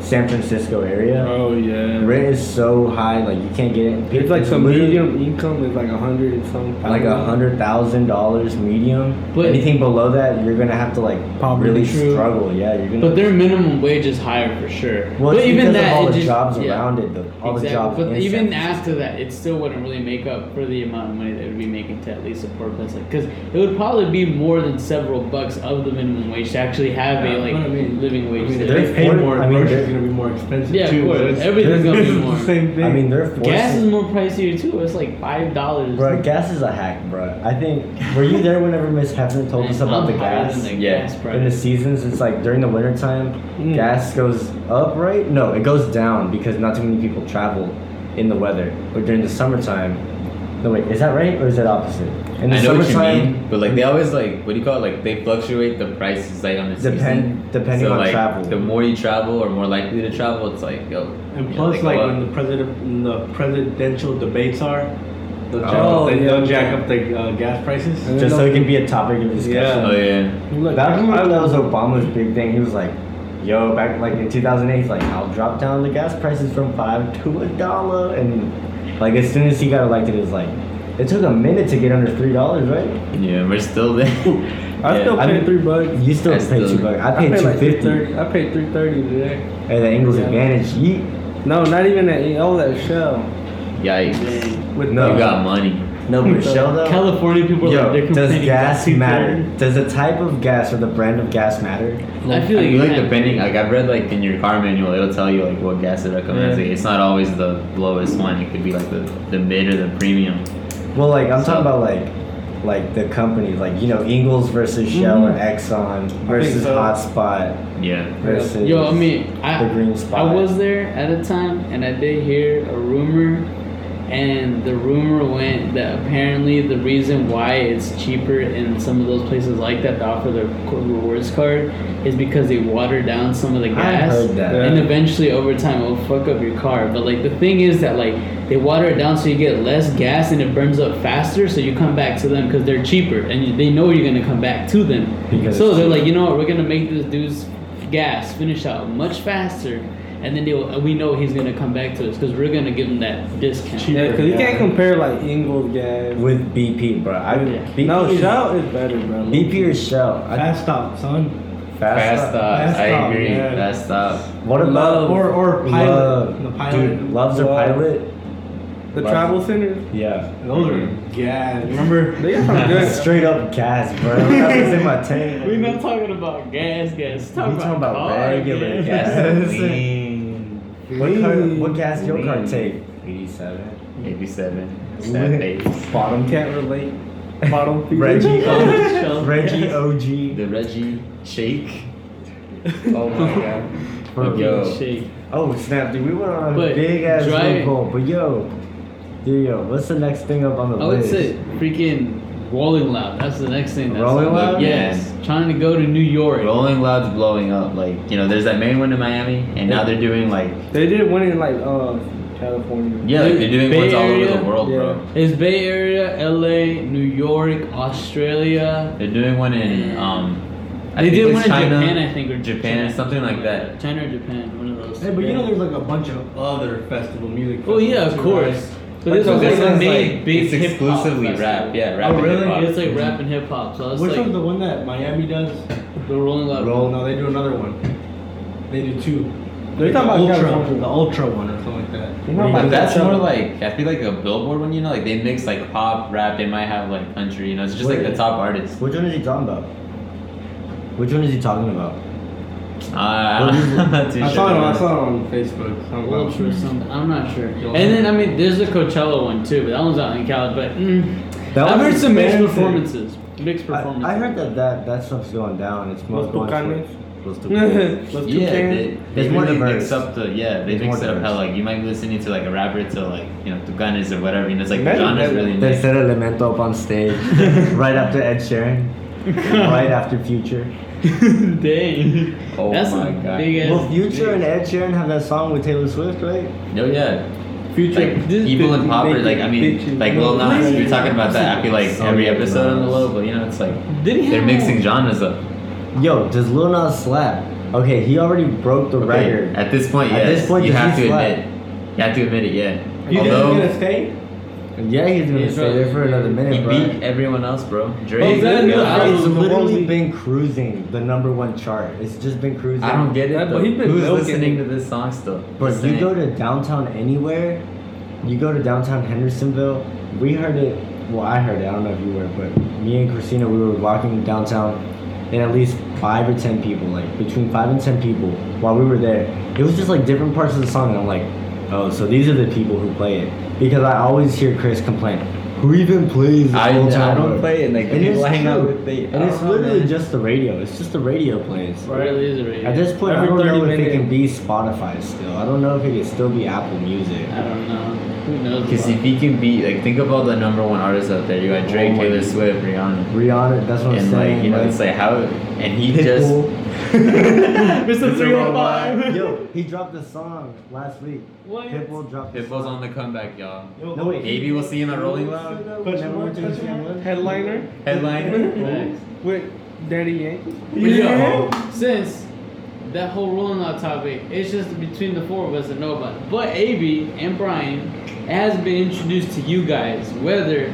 [SPEAKER 2] San Francisco area.
[SPEAKER 7] Oh yeah.
[SPEAKER 2] Rent is so high, like you can't get it.
[SPEAKER 7] It's like some
[SPEAKER 2] literally
[SPEAKER 7] medium income is like a hundred and something.
[SPEAKER 2] like a hundred thousand dollars medium.
[SPEAKER 3] But-
[SPEAKER 2] Anything below that, you're gonna have to like
[SPEAKER 7] Poverty
[SPEAKER 2] really
[SPEAKER 7] true.
[SPEAKER 2] struggle. Yeah, you're gonna.
[SPEAKER 3] But their minimum wage is higher for sure.
[SPEAKER 2] well,
[SPEAKER 3] but
[SPEAKER 2] it's
[SPEAKER 3] even
[SPEAKER 2] because
[SPEAKER 3] that,
[SPEAKER 2] of all
[SPEAKER 3] it
[SPEAKER 2] the
[SPEAKER 3] just,
[SPEAKER 2] jobs
[SPEAKER 3] yeah,
[SPEAKER 2] around it, though. All the
[SPEAKER 3] exactly.
[SPEAKER 2] jobs.
[SPEAKER 3] But
[SPEAKER 2] in
[SPEAKER 3] even
[SPEAKER 2] San
[SPEAKER 3] after that, it still wouldn't really make up for the amount of money they would be making to at least support places. Because it would probably be more than several bucks of the minimum wage to actually have a
[SPEAKER 4] Yeah,
[SPEAKER 3] like
[SPEAKER 4] but I mean-
[SPEAKER 3] living
[SPEAKER 4] I
[SPEAKER 3] wage.
[SPEAKER 4] mean, if
[SPEAKER 3] there.
[SPEAKER 4] they pay
[SPEAKER 2] Ford-
[SPEAKER 4] more,
[SPEAKER 2] I mean,
[SPEAKER 4] groceries
[SPEAKER 2] they-
[SPEAKER 4] gonna be more expensive
[SPEAKER 3] Yeah, of
[SPEAKER 4] too.
[SPEAKER 3] course.
[SPEAKER 4] so it's-
[SPEAKER 3] Everything's gonna be
[SPEAKER 4] <laughs> it's
[SPEAKER 3] more.
[SPEAKER 4] the same thing.
[SPEAKER 2] I mean, they're forcing.
[SPEAKER 3] Gas is more pricier too. It's like five dollars.
[SPEAKER 2] Bro, gas is a hack, bro. I think. Were you there whenever Miss Hefner told
[SPEAKER 3] <laughs>
[SPEAKER 2] us about the gas?
[SPEAKER 1] Yeah.
[SPEAKER 3] gas
[SPEAKER 2] in the
[SPEAKER 3] price.
[SPEAKER 2] seasons it's like during the winter time
[SPEAKER 3] Hmm.
[SPEAKER 2] gas goes up right no it goes down because not too many people travel in the weather but during the summertime no wait is that right or is that opposite in the mm-hmm.
[SPEAKER 1] I know what you mean, but like they always like what do you call it? Like they fluctuate the prices like on the
[SPEAKER 2] Depend-
[SPEAKER 1] season.
[SPEAKER 2] depending
[SPEAKER 1] so,
[SPEAKER 2] on
[SPEAKER 1] like,
[SPEAKER 2] travel.
[SPEAKER 1] The more you travel or more likely to travel, it's like yo.
[SPEAKER 4] And
[SPEAKER 1] you know,
[SPEAKER 4] plus,
[SPEAKER 1] they go
[SPEAKER 4] like
[SPEAKER 1] up.
[SPEAKER 4] when the president, when the presidential debates are, they'll jack,
[SPEAKER 2] Oh,
[SPEAKER 4] up, they,
[SPEAKER 7] yeah.
[SPEAKER 4] they'll jack up the uh, gas prices.
[SPEAKER 7] And
[SPEAKER 2] just so it can be a topic of discussion
[SPEAKER 1] oh yeah.
[SPEAKER 7] Look,
[SPEAKER 2] That- I remember that was obama's big thing he was like yo back like in 2008 he's like i'll drop down the gas prices from five to a dollar and like as soon as he got elected it was like it took a minute to get under three dollars right
[SPEAKER 1] Yeah, we're still there.
[SPEAKER 7] I
[SPEAKER 1] yeah.
[SPEAKER 7] still
[SPEAKER 2] <laughs> I
[SPEAKER 7] pay
[SPEAKER 2] mean-
[SPEAKER 7] three bucks.
[SPEAKER 2] you still
[SPEAKER 1] I
[SPEAKER 2] pay
[SPEAKER 1] still-
[SPEAKER 2] two bucks i
[SPEAKER 7] I
[SPEAKER 2] paid
[SPEAKER 7] paid like three
[SPEAKER 2] 250
[SPEAKER 7] thirty. I paid three thirty today.
[SPEAKER 2] And the Angles
[SPEAKER 7] Yeah.
[SPEAKER 2] advantage, yeet.
[SPEAKER 7] No, not even at all that shell.
[SPEAKER 1] Yikes.
[SPEAKER 3] Dang.
[SPEAKER 7] With
[SPEAKER 2] No.
[SPEAKER 1] You got money.
[SPEAKER 2] No, but Shell though.
[SPEAKER 3] California people are like, they're
[SPEAKER 2] Yo, does
[SPEAKER 3] complaining
[SPEAKER 2] gas
[SPEAKER 3] about two
[SPEAKER 2] matter?
[SPEAKER 3] thirty.
[SPEAKER 2] Does the type of gas or the brand of gas matter?
[SPEAKER 3] I feel like,
[SPEAKER 1] I feel like
[SPEAKER 3] yeah.
[SPEAKER 1] depending, like I've read like in your car manual, it'll tell you like what gas it recommends.
[SPEAKER 7] Yeah.
[SPEAKER 1] Like, it's not always the lowest one. It could be like the, the mid or the premium.
[SPEAKER 2] Well, like I'm
[SPEAKER 1] So-
[SPEAKER 2] talking about like, like the companies, like you know Ingles versus Shell and Exxon versus
[SPEAKER 4] so.
[SPEAKER 2] Hotspot
[SPEAKER 1] Yeah.
[SPEAKER 2] versus.
[SPEAKER 3] Yo, I mean, I,
[SPEAKER 2] the green spot.
[SPEAKER 3] I was there at a time, and I did hear a rumor, and the rumor went that apparently the reason why it's cheaper in some of those places like that to offer their co- rewards card is because they water down some of the
[SPEAKER 2] I
[SPEAKER 3] gas,
[SPEAKER 2] heard that.
[SPEAKER 3] and eventually over time it'll fuck up your car. But like the thing is that like they water it down so you get less gas and it burns up faster, so you come back to them because they're cheaper, and you, they know you're gonna come back to them.
[SPEAKER 2] Because
[SPEAKER 3] so
[SPEAKER 2] it's
[SPEAKER 3] they're
[SPEAKER 2] cheaper.
[SPEAKER 3] like, you know what? We're gonna make this dude's gas finish out much faster, and then they'll, we know he's gonna come back to us because we're gonna give him that discount.
[SPEAKER 7] Yeah, cause you
[SPEAKER 2] Yeah.
[SPEAKER 7] can't compare like Ingles gas.
[SPEAKER 2] with BP, bro. I
[SPEAKER 3] Yeah.
[SPEAKER 2] BP
[SPEAKER 7] no,
[SPEAKER 2] is,
[SPEAKER 7] Shell is better, bro.
[SPEAKER 2] BP or Shell. I,
[SPEAKER 4] Fast stop, son.
[SPEAKER 1] Fast stops. I
[SPEAKER 4] Fast
[SPEAKER 1] agree.
[SPEAKER 4] stop, yeah.
[SPEAKER 1] Fast stop.
[SPEAKER 3] <laughs>
[SPEAKER 2] What about
[SPEAKER 4] Or or pilot.
[SPEAKER 2] Love.
[SPEAKER 4] The pilot.
[SPEAKER 2] Dude, loves or
[SPEAKER 7] Love.
[SPEAKER 2] pilot.
[SPEAKER 7] the travel centers.
[SPEAKER 2] Yeah.
[SPEAKER 4] Those are gas. Remember?
[SPEAKER 7] They got some
[SPEAKER 2] <laughs>
[SPEAKER 7] good.
[SPEAKER 2] Straight up gas, bro. That was in my tank.
[SPEAKER 3] We're not talking about gas, gas.
[SPEAKER 2] We're
[SPEAKER 3] Talking
[SPEAKER 2] talking about
[SPEAKER 3] car
[SPEAKER 2] regular
[SPEAKER 1] <laughs>
[SPEAKER 3] gas.
[SPEAKER 1] Gasoline.
[SPEAKER 2] What, car, what gas your car
[SPEAKER 1] Lean.
[SPEAKER 2] take? 87.
[SPEAKER 1] 87.
[SPEAKER 2] Lean.
[SPEAKER 1] Sad face.
[SPEAKER 2] Bottom
[SPEAKER 7] Can't relate. Bottom feeder.
[SPEAKER 2] Reggie O.
[SPEAKER 3] <laughs> Shell
[SPEAKER 2] Reggie
[SPEAKER 3] gas.
[SPEAKER 2] OG.
[SPEAKER 1] The Reggie shake.
[SPEAKER 2] Oh my
[SPEAKER 3] <laughs>
[SPEAKER 2] god.
[SPEAKER 1] Bro, yo.
[SPEAKER 3] Shake.
[SPEAKER 2] Oh snap, dude. We went on a
[SPEAKER 3] But
[SPEAKER 2] big ass
[SPEAKER 3] dry-
[SPEAKER 2] loophole. But yo, dude, yo, what's the next thing up on the
[SPEAKER 3] I would
[SPEAKER 2] list?
[SPEAKER 3] say freaking Rolling Loud. That's the next thing. That's
[SPEAKER 2] Rolling
[SPEAKER 3] on the-
[SPEAKER 2] Loud?
[SPEAKER 3] Yes. Trying to go to New York.
[SPEAKER 1] Rolling Loud's blowing up. Like, you know, there's that main one in Miami, and now they're doing like,
[SPEAKER 7] They did one in like uh California.
[SPEAKER 1] yeah, like, they're doing
[SPEAKER 3] Bay
[SPEAKER 1] ones all over
[SPEAKER 3] Area?
[SPEAKER 1] the world,
[SPEAKER 7] Yeah.
[SPEAKER 1] bro.
[SPEAKER 3] It's Bay Area, LA, New York, Australia.
[SPEAKER 1] They're doing one in um. I
[SPEAKER 3] they
[SPEAKER 1] think
[SPEAKER 3] did
[SPEAKER 1] it's
[SPEAKER 3] one in
[SPEAKER 1] China,
[SPEAKER 3] Japan, I think, or
[SPEAKER 1] Japan, something like that.
[SPEAKER 3] China or Japan, one of those.
[SPEAKER 4] Hey, but you know there's like a bunch of other festival music.
[SPEAKER 3] oh yeah,
[SPEAKER 4] festivals
[SPEAKER 3] of
[SPEAKER 4] too,
[SPEAKER 3] course. But this
[SPEAKER 7] Like,
[SPEAKER 3] was
[SPEAKER 7] this
[SPEAKER 3] like a
[SPEAKER 7] one's
[SPEAKER 3] big,
[SPEAKER 1] like-
[SPEAKER 3] big
[SPEAKER 1] it's
[SPEAKER 3] hip-hop
[SPEAKER 1] exclusively
[SPEAKER 3] festival. Oh,
[SPEAKER 1] rap, yeah, rap and
[SPEAKER 4] really?
[SPEAKER 1] hip-hop.
[SPEAKER 3] It's like rap and hip hop. So
[SPEAKER 4] right?
[SPEAKER 3] it's
[SPEAKER 4] Which
[SPEAKER 3] like
[SPEAKER 4] one's the one that Miami does?
[SPEAKER 3] the Rolling Loud.
[SPEAKER 4] Roll. No, they do another one. They do two.
[SPEAKER 7] They're talking
[SPEAKER 4] Like
[SPEAKER 7] about
[SPEAKER 4] the ultra,
[SPEAKER 7] California.
[SPEAKER 4] the ultra one or something like that.
[SPEAKER 7] You know
[SPEAKER 1] But
[SPEAKER 7] about
[SPEAKER 1] that's
[SPEAKER 7] that
[SPEAKER 1] more
[SPEAKER 7] show?
[SPEAKER 1] like I feel like a billboard one, you know, like they mix like pop, rap, they might have like country, you know, it's just like
[SPEAKER 2] Wait.
[SPEAKER 1] the top artists.
[SPEAKER 2] Which one is he talking about? Which one is he talking about?
[SPEAKER 1] Uh, <laughs> I'm not too
[SPEAKER 4] I
[SPEAKER 1] sure.
[SPEAKER 4] saw it. on- I saw it on Facebook. Something about-
[SPEAKER 3] Ultra something. I'm not sure. And then I mean, there's the Coachella one too, but that one's out in Cali. But mm,
[SPEAKER 2] That
[SPEAKER 3] I've
[SPEAKER 2] one's
[SPEAKER 3] heard some mixed
[SPEAKER 2] expensive.
[SPEAKER 3] performances. Mixed
[SPEAKER 2] I,
[SPEAKER 3] performances.
[SPEAKER 2] I heard that, that that stuff's going down. It's
[SPEAKER 7] Los
[SPEAKER 2] more going
[SPEAKER 7] Tucanes.
[SPEAKER 2] towards-
[SPEAKER 3] <laughs>
[SPEAKER 2] equals two.
[SPEAKER 4] Let's
[SPEAKER 1] Yeah,
[SPEAKER 4] compare.
[SPEAKER 1] they, they
[SPEAKER 2] There's more
[SPEAKER 1] really
[SPEAKER 2] diverse.
[SPEAKER 1] mix up the yeah. They
[SPEAKER 2] There's more
[SPEAKER 1] mix it up how
[SPEAKER 2] diverse.
[SPEAKER 1] like you might be listening to like a rapper to like you know Tucanes or whatever. You know, it's like the
[SPEAKER 4] Imagine
[SPEAKER 1] genres
[SPEAKER 4] that-
[SPEAKER 1] really
[SPEAKER 2] They
[SPEAKER 1] mixed.
[SPEAKER 2] set Elemento up on
[SPEAKER 3] <laughs>
[SPEAKER 2] stage right after Ed Sheeran, right after Future.
[SPEAKER 3] <laughs> Dang.
[SPEAKER 1] Oh
[SPEAKER 3] That's
[SPEAKER 1] my
[SPEAKER 3] a
[SPEAKER 1] God.
[SPEAKER 3] big ass.
[SPEAKER 2] Well, Future and
[SPEAKER 3] dick.
[SPEAKER 2] Ed Sheeran have that song with Taylor Swift, right?
[SPEAKER 1] No, Oh, yeah,
[SPEAKER 4] Future.
[SPEAKER 1] like
[SPEAKER 4] this
[SPEAKER 1] evil
[SPEAKER 4] bitch
[SPEAKER 1] and
[SPEAKER 4] be
[SPEAKER 1] popper.
[SPEAKER 4] making
[SPEAKER 1] Like I mean,
[SPEAKER 4] bitches
[SPEAKER 1] like Lil
[SPEAKER 4] move.
[SPEAKER 1] Nas. We're talking about that. I feel like
[SPEAKER 2] So
[SPEAKER 1] every
[SPEAKER 2] many
[SPEAKER 1] episode on the
[SPEAKER 2] genres.
[SPEAKER 1] low, but you know, it's like
[SPEAKER 3] Did he
[SPEAKER 1] they're
[SPEAKER 3] have-
[SPEAKER 1] mixing genres up.
[SPEAKER 2] Yo, does Lil Nas slap? Okay, he already broke the
[SPEAKER 1] Okay,
[SPEAKER 2] record.
[SPEAKER 1] At this point,
[SPEAKER 2] At
[SPEAKER 1] yes.
[SPEAKER 2] this point,
[SPEAKER 1] you
[SPEAKER 2] he's
[SPEAKER 1] have to
[SPEAKER 2] flat.
[SPEAKER 1] admit. You have to admit it. Yeah.
[SPEAKER 4] You think he's
[SPEAKER 1] Although
[SPEAKER 4] gonna stay?
[SPEAKER 2] Yeah, he's gonna
[SPEAKER 3] He's
[SPEAKER 2] stay
[SPEAKER 3] right.
[SPEAKER 2] there for another minute,
[SPEAKER 1] he
[SPEAKER 2] bro.
[SPEAKER 1] beat everyone else, bro.
[SPEAKER 4] Well,
[SPEAKER 1] Drake.
[SPEAKER 4] that-
[SPEAKER 2] He's
[SPEAKER 4] album, the one
[SPEAKER 2] literally
[SPEAKER 4] we-
[SPEAKER 2] been cruising the number one chart. It's just been cruising.
[SPEAKER 1] I don't get it.
[SPEAKER 4] Yeah, but
[SPEAKER 1] Though.
[SPEAKER 4] he's been
[SPEAKER 1] Who's
[SPEAKER 4] milking
[SPEAKER 1] listening
[SPEAKER 4] it.
[SPEAKER 1] to this song still?
[SPEAKER 2] But you
[SPEAKER 1] Listening.
[SPEAKER 2] go to downtown anywhere, you go to downtown Hendersonville. We heard it. Well, I heard it. I don't know if you were, but me and Christina, we were walking downtown, and at least five or ten people, like between five and ten people, while we were there, it was just like different parts of the song. And I'm like, oh, so these are the people who play it because I always hear Chris complain. Who even plays
[SPEAKER 1] I-
[SPEAKER 2] old
[SPEAKER 1] I
[SPEAKER 2] time
[SPEAKER 1] don't
[SPEAKER 2] rock?"
[SPEAKER 1] play it, like,
[SPEAKER 2] And
[SPEAKER 1] people
[SPEAKER 2] it's
[SPEAKER 1] I hang out
[SPEAKER 2] true.
[SPEAKER 1] with, they- I
[SPEAKER 2] and it's
[SPEAKER 1] don't know,
[SPEAKER 2] literally
[SPEAKER 1] man.
[SPEAKER 2] just the radio. It's just the radio plays.
[SPEAKER 3] It Really is a radio.
[SPEAKER 2] At this point,
[SPEAKER 4] Every
[SPEAKER 2] I don't
[SPEAKER 4] 30
[SPEAKER 2] know if
[SPEAKER 4] minute-
[SPEAKER 2] it can be Spotify still. I don't know if it can still be Apple Music.
[SPEAKER 3] I don't know. Who knows?
[SPEAKER 1] Because
[SPEAKER 3] bro?
[SPEAKER 1] if he can beat, like, think of all the number one artists out there. You got Drake,
[SPEAKER 2] Oh my
[SPEAKER 1] Taylor
[SPEAKER 2] God.
[SPEAKER 1] Swift, Rihanna,
[SPEAKER 2] Rihanna, that's what I'm
[SPEAKER 1] and
[SPEAKER 2] saying.
[SPEAKER 1] like, you know, it's like how, and he just.
[SPEAKER 2] Pitbull.
[SPEAKER 3] Mr.
[SPEAKER 2] <laughs>
[SPEAKER 3] 305.
[SPEAKER 2] Yo, he dropped a song last week.
[SPEAKER 3] What?
[SPEAKER 2] Pitbull dropped. a
[SPEAKER 1] Pitbull's
[SPEAKER 2] song.
[SPEAKER 1] on the comeback, y'all.
[SPEAKER 2] No wait.
[SPEAKER 1] Maybe we'll see him at Rolling Loud.
[SPEAKER 2] Never went to the same one.
[SPEAKER 4] Headliner
[SPEAKER 3] <laughs>
[SPEAKER 1] Headliner.
[SPEAKER 4] with Daddy Yankee.
[SPEAKER 3] But yo, since that whole rolling out topic, it's just between the four of us and nobody. But AB and Brian it hasn't been introduced to you guys whether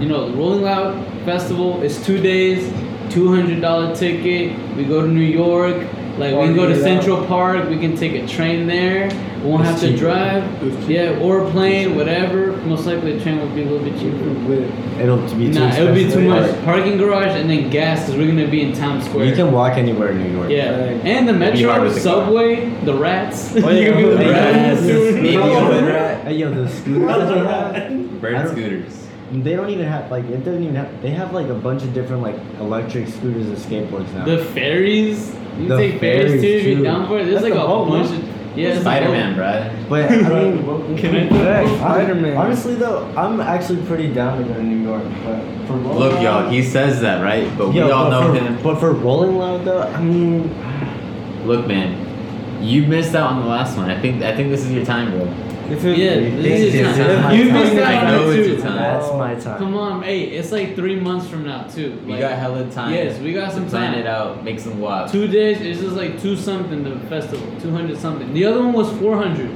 [SPEAKER 3] you know the Rolling Loud festival is two days, two hundred dollar ticket. We go to New York, like we can go to
[SPEAKER 4] Party it
[SPEAKER 3] Central Park. We can take a train there. We won't
[SPEAKER 2] It's
[SPEAKER 3] have to
[SPEAKER 2] cheaper.
[SPEAKER 3] drive. Yeah, or a plane, whatever. Most likely, a train will be a little bit cheaper.
[SPEAKER 4] With
[SPEAKER 2] It'll be too
[SPEAKER 3] Nah, it would be
[SPEAKER 2] expensive.
[SPEAKER 3] too much. Parking garage and then gas because we're gonna be in Times Square.
[SPEAKER 2] You can walk anywhere in New York.
[SPEAKER 3] Yeah,
[SPEAKER 4] Right.
[SPEAKER 3] and the
[SPEAKER 1] be hard
[SPEAKER 3] metro,
[SPEAKER 1] with the
[SPEAKER 3] subway, the rats.
[SPEAKER 2] Oh, yeah,
[SPEAKER 3] <laughs> you can be with
[SPEAKER 2] the
[SPEAKER 3] the rats.
[SPEAKER 1] rats. Maybe
[SPEAKER 3] Bro,
[SPEAKER 1] on the
[SPEAKER 2] Hey, yo, the scooters. I
[SPEAKER 1] Bird
[SPEAKER 2] don't-
[SPEAKER 1] scooters.
[SPEAKER 2] They don't even have like it doesn't even have. They have like a bunch of different like electric scooters and skateboards now.
[SPEAKER 3] The ferries. You
[SPEAKER 2] The
[SPEAKER 3] take ferries
[SPEAKER 2] ferries,
[SPEAKER 3] too if you're
[SPEAKER 2] too.
[SPEAKER 3] down for it. There's
[SPEAKER 4] That's
[SPEAKER 3] like
[SPEAKER 4] the
[SPEAKER 3] a
[SPEAKER 4] boat,
[SPEAKER 3] bunch
[SPEAKER 4] no?
[SPEAKER 3] of yeah. it's a
[SPEAKER 1] Spider Man,
[SPEAKER 3] boat.
[SPEAKER 1] bruh.
[SPEAKER 2] but
[SPEAKER 3] <laughs>
[SPEAKER 2] I mean,
[SPEAKER 3] Can
[SPEAKER 4] Correct.
[SPEAKER 2] I'm-
[SPEAKER 4] Spider-Man.
[SPEAKER 2] Honestly, though, I'm actually pretty down to go to New York, but for Rolling
[SPEAKER 1] Look, y'all,
[SPEAKER 2] Loud-
[SPEAKER 1] he says that, right? But
[SPEAKER 2] Yo,
[SPEAKER 1] we all
[SPEAKER 2] but
[SPEAKER 1] know
[SPEAKER 2] for-
[SPEAKER 1] him.
[SPEAKER 2] But for Rolling Loud, though, I mean,
[SPEAKER 1] Look, man, you missed out on the last one. I think I think this is your time, bro.
[SPEAKER 4] It's
[SPEAKER 3] I?
[SPEAKER 4] a,
[SPEAKER 3] Yeah,
[SPEAKER 2] think
[SPEAKER 3] this is
[SPEAKER 2] it's
[SPEAKER 3] your
[SPEAKER 2] my
[SPEAKER 3] time. You
[SPEAKER 2] time.
[SPEAKER 3] missed
[SPEAKER 1] I
[SPEAKER 3] out
[SPEAKER 1] know
[SPEAKER 3] on
[SPEAKER 1] it's
[SPEAKER 3] it
[SPEAKER 1] your
[SPEAKER 3] too.
[SPEAKER 1] time.
[SPEAKER 2] that's my time.
[SPEAKER 3] Come on, hey, it's like three months from now too.
[SPEAKER 1] We
[SPEAKER 3] Like,
[SPEAKER 1] got hella time.
[SPEAKER 3] Yes, we got
[SPEAKER 1] to
[SPEAKER 3] some
[SPEAKER 1] plan
[SPEAKER 3] time.
[SPEAKER 1] it out, make some watch.
[SPEAKER 3] Two days. It's just like two something the festival, two hundred something. The other one was four hundred.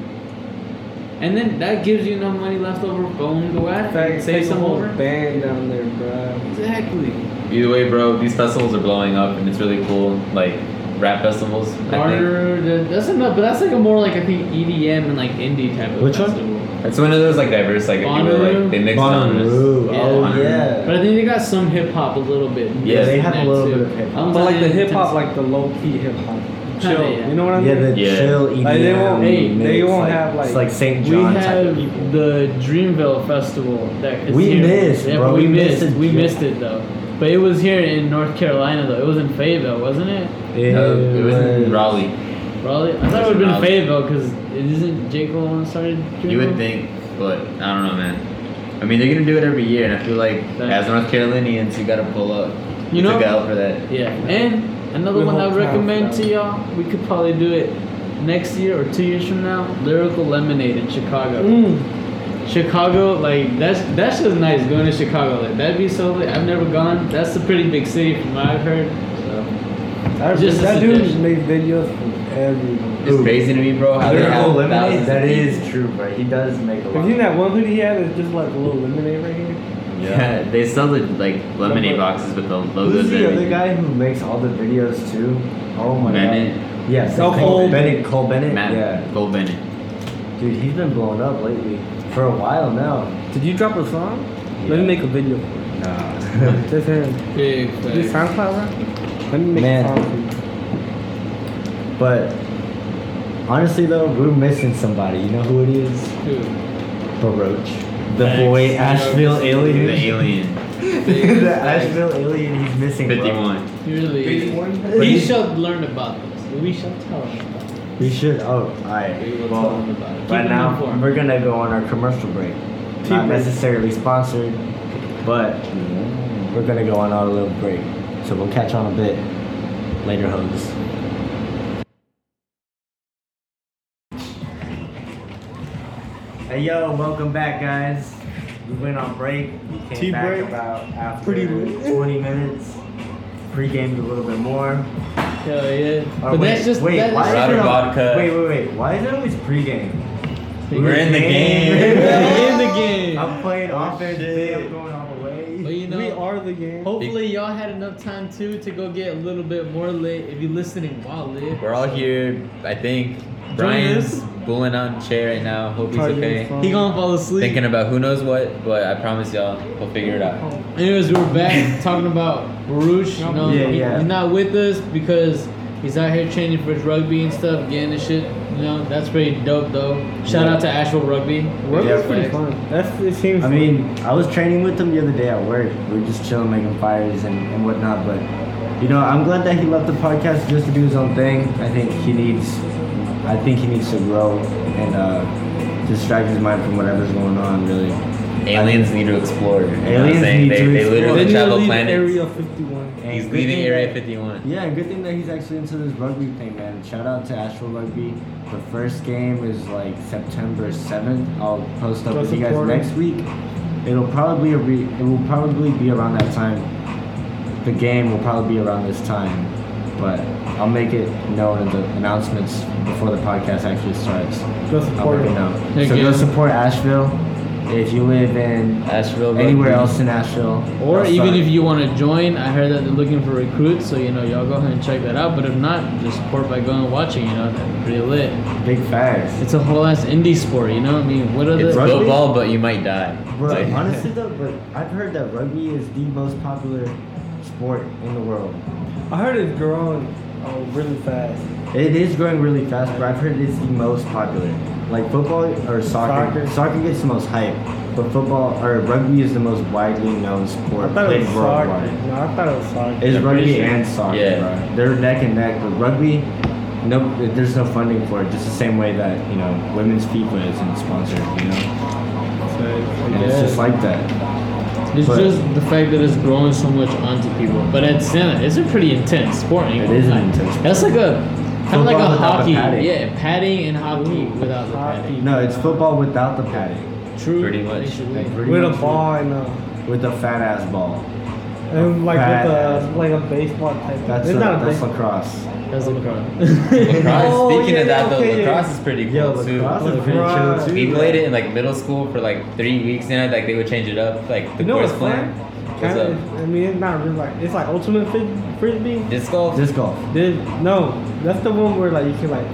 [SPEAKER 3] And then that gives you enough money left over. Boom, go after. it,
[SPEAKER 4] fact,
[SPEAKER 3] Save
[SPEAKER 4] take a
[SPEAKER 3] some
[SPEAKER 4] whole
[SPEAKER 3] over.
[SPEAKER 4] band down there, bro.
[SPEAKER 3] Exactly.
[SPEAKER 1] Either way, bro, these festivals are blowing up, and it's really cool. Like rap festivals. I think.
[SPEAKER 3] Harder to- that's enough, but that's like a more like I think EDM and like indie type of
[SPEAKER 2] Which one?
[SPEAKER 3] festival.
[SPEAKER 1] It's one of those like diverse, like if you were
[SPEAKER 3] Bonnaroo?
[SPEAKER 1] like they mix genres.
[SPEAKER 2] Bonnaroo. Oh
[SPEAKER 1] Yeah.
[SPEAKER 2] yeah.
[SPEAKER 3] But I think they got some hip hop a little bit.
[SPEAKER 1] Yeah, they
[SPEAKER 3] mixed in
[SPEAKER 2] have a
[SPEAKER 3] there,
[SPEAKER 2] little
[SPEAKER 3] too.
[SPEAKER 2] bit of hip-hop.
[SPEAKER 3] I'm
[SPEAKER 4] But like the
[SPEAKER 3] saying
[SPEAKER 4] hip hop,
[SPEAKER 3] intense-
[SPEAKER 4] like the low key hip hop, chill.
[SPEAKER 3] yeah.
[SPEAKER 4] You know what I
[SPEAKER 2] yeah,
[SPEAKER 4] mean?
[SPEAKER 2] the
[SPEAKER 1] Yeah.
[SPEAKER 2] chill EDM.
[SPEAKER 4] Like, they won't-
[SPEAKER 3] hey,
[SPEAKER 2] mix,
[SPEAKER 4] they won't
[SPEAKER 2] like,
[SPEAKER 4] have, like-
[SPEAKER 2] it's like St.
[SPEAKER 3] we
[SPEAKER 2] John type
[SPEAKER 3] have
[SPEAKER 2] of people.
[SPEAKER 3] the Dreamville Festival that is
[SPEAKER 2] We
[SPEAKER 3] here.
[SPEAKER 2] missed,
[SPEAKER 3] yeah,
[SPEAKER 2] bro.
[SPEAKER 3] But we,
[SPEAKER 2] We missed
[SPEAKER 3] missed.
[SPEAKER 2] it.
[SPEAKER 3] we missed it though. But it was here in North Carolina though. It was in Fayetteville, wasn't it?
[SPEAKER 1] No, it was in
[SPEAKER 2] was-
[SPEAKER 1] Raleigh.
[SPEAKER 3] Probably. I thought it would have been Fayetteville because isn't J Cole one started? Dreamville?
[SPEAKER 1] You would think, but I don't know, man. I mean, they're gonna do it every year, and I feel like
[SPEAKER 3] Thanks.
[SPEAKER 1] as North Carolinians, you gotta pull up.
[SPEAKER 3] You know-
[SPEAKER 1] took out for that.
[SPEAKER 3] Yeah, and another
[SPEAKER 4] We
[SPEAKER 3] one I
[SPEAKER 4] won't
[SPEAKER 3] would
[SPEAKER 4] have
[SPEAKER 3] recommend
[SPEAKER 4] that.
[SPEAKER 3] to y'all, we could probably do it next year or two years from now. Lyrical Lemonade in Chicago.
[SPEAKER 4] Mm.
[SPEAKER 3] Chicago, like that's that's just nice going to Chicago. Like that'd be so. Lit. I've never gone. That's a pretty big city from what I've heard. So
[SPEAKER 4] I,
[SPEAKER 3] Just a
[SPEAKER 4] that dude
[SPEAKER 3] suggestion.
[SPEAKER 4] made videos for everyone.
[SPEAKER 1] It's crazy to me, bro. How they
[SPEAKER 2] Lyrical
[SPEAKER 1] have
[SPEAKER 2] Lemonade?
[SPEAKER 1] thousands of
[SPEAKER 2] That
[SPEAKER 1] people.
[SPEAKER 2] is true, bro. He does make a
[SPEAKER 4] Have
[SPEAKER 2] lot.
[SPEAKER 4] you seen that one hoodie he had? It's just like a little lemonade right here.
[SPEAKER 1] Yeah, they sell the like lemonade
[SPEAKER 4] Remember-
[SPEAKER 1] boxes with the logos.
[SPEAKER 2] Who's
[SPEAKER 1] and
[SPEAKER 2] the other
[SPEAKER 1] everything.
[SPEAKER 2] guy who makes all the videos too? Oh my
[SPEAKER 1] Bennett.
[SPEAKER 2] god. Yes.
[SPEAKER 4] Oh, Cole
[SPEAKER 2] Cole Bennett. Cole Bennett.
[SPEAKER 1] Matt
[SPEAKER 2] Yeah.
[SPEAKER 1] Cole Bennett.
[SPEAKER 2] Dude, he's been blowing up lately. For a while now.
[SPEAKER 4] Did you drop
[SPEAKER 3] <laughs>
[SPEAKER 4] a song? Let
[SPEAKER 2] Yeah.
[SPEAKER 4] me make a video for it. <laughs>
[SPEAKER 2] Nah.
[SPEAKER 4] Just him.
[SPEAKER 3] big.
[SPEAKER 4] Is this SoundCloud right? Let me make
[SPEAKER 2] Man.
[SPEAKER 4] a song for you.
[SPEAKER 2] but honestly though, we're missing somebody. You know who it is? Baroche. The
[SPEAKER 3] Thanks.
[SPEAKER 2] boy Asheville
[SPEAKER 1] The
[SPEAKER 2] alien. <laughs>
[SPEAKER 1] alien.
[SPEAKER 4] <laughs>
[SPEAKER 2] the Asheville alien he's missing. bro.
[SPEAKER 1] Fifty one.
[SPEAKER 3] Really,
[SPEAKER 4] Big one?
[SPEAKER 3] he should learn about this. We shall tell them about it.
[SPEAKER 2] We should. Oh, all
[SPEAKER 3] We
[SPEAKER 2] right.
[SPEAKER 3] will tell them
[SPEAKER 2] Well,
[SPEAKER 3] about it. Keep
[SPEAKER 2] right
[SPEAKER 3] them
[SPEAKER 2] now
[SPEAKER 3] informed.
[SPEAKER 2] we're gonna go on our commercial break.
[SPEAKER 8] Tea
[SPEAKER 2] Not
[SPEAKER 8] break.
[SPEAKER 2] necessarily sponsored, but we're gonna go on our little break. So we'll catch on a bit later, hoes. Hey yo, welcome back, guys. We went on break. We came
[SPEAKER 8] Tea
[SPEAKER 2] back
[SPEAKER 8] break.
[SPEAKER 2] about after
[SPEAKER 8] Pretty lit.
[SPEAKER 2] 20 minutes. Pre-gamed a little bit more.
[SPEAKER 3] Hell yeah.
[SPEAKER 2] Oh,
[SPEAKER 3] but
[SPEAKER 2] wait,
[SPEAKER 3] that's just
[SPEAKER 2] wait,
[SPEAKER 3] that-
[SPEAKER 2] why is
[SPEAKER 1] Robert
[SPEAKER 2] it al-
[SPEAKER 1] Vodka.
[SPEAKER 2] Wait, wait, wait. Why is it always pregame?
[SPEAKER 1] We're in the
[SPEAKER 3] We're
[SPEAKER 1] game. <laughs> Oh,
[SPEAKER 3] in the game.
[SPEAKER 2] I'm playing offense.
[SPEAKER 1] shit.
[SPEAKER 2] I'm going all the
[SPEAKER 3] But
[SPEAKER 2] way.
[SPEAKER 3] you know,
[SPEAKER 8] we are the game.
[SPEAKER 3] Hopefully y'all had enough time too to go get a little bit more lit. If you're listening while lit,
[SPEAKER 1] We're all here, I think. Brian's
[SPEAKER 3] this?
[SPEAKER 1] pulling on the chair right now. Hope he's
[SPEAKER 8] Charging
[SPEAKER 1] okay.
[SPEAKER 8] his phone.
[SPEAKER 3] he gonna fall asleep.
[SPEAKER 1] Thinking about who knows what, but I promise y'all, we'll figure it out.
[SPEAKER 3] Anyways, we're back talking about Baruch. You know,
[SPEAKER 2] Yeah,
[SPEAKER 3] he-
[SPEAKER 2] yeah.
[SPEAKER 3] he's not with us because he's out here training for his rugby and stuff, getting his shit. You know, that's pretty dope though. Shout out to Asheville Rugby.
[SPEAKER 8] Work
[SPEAKER 1] Yeah,
[SPEAKER 8] is pretty
[SPEAKER 1] like-
[SPEAKER 8] fun. That's it seems.
[SPEAKER 2] I mean, I was training with him the other day at work. We were just chilling, making fires and, and whatnot. But, you know, I'm glad that he left the podcast just to do his own thing. I think he needs, I think he needs to grow and uh, distract his mind from whatever's going on, really.
[SPEAKER 1] Aliens need to explore. You know what I'm
[SPEAKER 2] Aliens
[SPEAKER 1] saying?
[SPEAKER 2] need
[SPEAKER 1] they,
[SPEAKER 2] to
[SPEAKER 1] they
[SPEAKER 2] explore.
[SPEAKER 1] literally
[SPEAKER 8] Then you
[SPEAKER 1] travel
[SPEAKER 8] leave
[SPEAKER 1] planets.
[SPEAKER 8] Area 51.
[SPEAKER 2] And
[SPEAKER 1] He's
[SPEAKER 2] good
[SPEAKER 1] leaving
[SPEAKER 2] thing
[SPEAKER 1] Area
[SPEAKER 2] that-
[SPEAKER 1] 51.
[SPEAKER 2] Yeah, and good thing that he's actually into this rugby thing, man. Shout out to Asheville Rugby. The first game is like September seventh. I'll post up
[SPEAKER 8] That's
[SPEAKER 2] with you guys
[SPEAKER 8] important.
[SPEAKER 2] next week. It'll probably be it will probably be around that time. The game will probably be around this time, but I'll make it known in the announcements before the podcast actually starts.
[SPEAKER 8] Go
[SPEAKER 2] I'll
[SPEAKER 8] support
[SPEAKER 2] make it
[SPEAKER 8] him.
[SPEAKER 2] known. So go
[SPEAKER 3] Again.
[SPEAKER 2] support Asheville. If you live in
[SPEAKER 1] Asheville.
[SPEAKER 2] anywhere
[SPEAKER 1] rugby.
[SPEAKER 2] else in Asheville,
[SPEAKER 3] Or
[SPEAKER 2] they'll
[SPEAKER 3] even
[SPEAKER 2] start.
[SPEAKER 3] if you want to join, I heard that they're looking for recruits, so you know y'all go ahead and check that out. But if not, just support by going and watching. You know, that's pretty lit.
[SPEAKER 2] big facts.
[SPEAKER 3] It's a whole ass indie sport. You know, I mean, what other
[SPEAKER 1] It's
[SPEAKER 2] Rugby?
[SPEAKER 1] football, but you might die.
[SPEAKER 2] Bro,
[SPEAKER 8] <laughs>
[SPEAKER 1] Like-
[SPEAKER 2] <laughs> honestly though, but I've heard that rugby is the most popular sport in the world.
[SPEAKER 8] I heard it's growing oh, really fast.
[SPEAKER 2] It is growing really fast, but I've heard it's the most popular. Like football or soccer, soccer,
[SPEAKER 8] Soccer.
[SPEAKER 2] gets the most hype, but football or rugby is the most widely known sport
[SPEAKER 8] I thought it
[SPEAKER 2] played
[SPEAKER 8] was soccer.
[SPEAKER 2] worldwide.
[SPEAKER 8] No, I thought it was soccer.
[SPEAKER 2] It's
[SPEAKER 8] I'm
[SPEAKER 2] rugby
[SPEAKER 8] pretty sure.
[SPEAKER 2] and soccer,
[SPEAKER 1] Yeah.
[SPEAKER 2] bro. They're neck and neck, but rugby, no, there's no funding for it. Just the same way that you know women's FIFA isn't sponsored, you know,
[SPEAKER 8] So,
[SPEAKER 2] and it's just like that.
[SPEAKER 3] It's
[SPEAKER 2] But-
[SPEAKER 3] just the fact that it's growing so much onto people. But at Santa, it's a pretty intense sport. ain't
[SPEAKER 2] It
[SPEAKER 3] gonna
[SPEAKER 2] is an
[SPEAKER 3] lie.
[SPEAKER 2] intense sport.
[SPEAKER 3] That's like a kind of like a
[SPEAKER 2] Football without the
[SPEAKER 3] hockey.
[SPEAKER 2] padding.
[SPEAKER 3] Yeah, padding and hockey without the padding.
[SPEAKER 2] No, it's football without the padding.
[SPEAKER 3] True.
[SPEAKER 1] Pretty much.
[SPEAKER 2] Like,
[SPEAKER 3] Basically.
[SPEAKER 2] pretty
[SPEAKER 8] with
[SPEAKER 2] much
[SPEAKER 8] a ball and a
[SPEAKER 2] with a fat ass ball.
[SPEAKER 8] and like with
[SPEAKER 2] Badass.
[SPEAKER 8] a like a baseball type.
[SPEAKER 2] That's
[SPEAKER 8] it's
[SPEAKER 2] a,
[SPEAKER 8] not a
[SPEAKER 2] that's
[SPEAKER 8] baseball.
[SPEAKER 2] lacrosse.
[SPEAKER 3] That's lacrosse.
[SPEAKER 1] Lacrosse.
[SPEAKER 8] Oh,
[SPEAKER 1] Speaking
[SPEAKER 8] yeah,
[SPEAKER 1] of that,
[SPEAKER 8] yeah,
[SPEAKER 1] though,
[SPEAKER 8] okay, yeah.
[SPEAKER 1] lacrosse is pretty cool
[SPEAKER 2] Yo,
[SPEAKER 1] too.
[SPEAKER 2] lacrosse is
[SPEAKER 8] Lacrosse.
[SPEAKER 2] pretty chill too.
[SPEAKER 1] We played it in like middle school for like three weeks now. Like they would change it up, like the
[SPEAKER 8] you know
[SPEAKER 1] course
[SPEAKER 8] what's
[SPEAKER 1] plan.
[SPEAKER 8] fun?
[SPEAKER 1] What's
[SPEAKER 8] Kinda-
[SPEAKER 1] up?
[SPEAKER 8] I mean, it's not really like it's like ultimate fri- frisbee.
[SPEAKER 1] Disc golf.
[SPEAKER 2] Disc golf.
[SPEAKER 8] Did no, that's the one where like you can like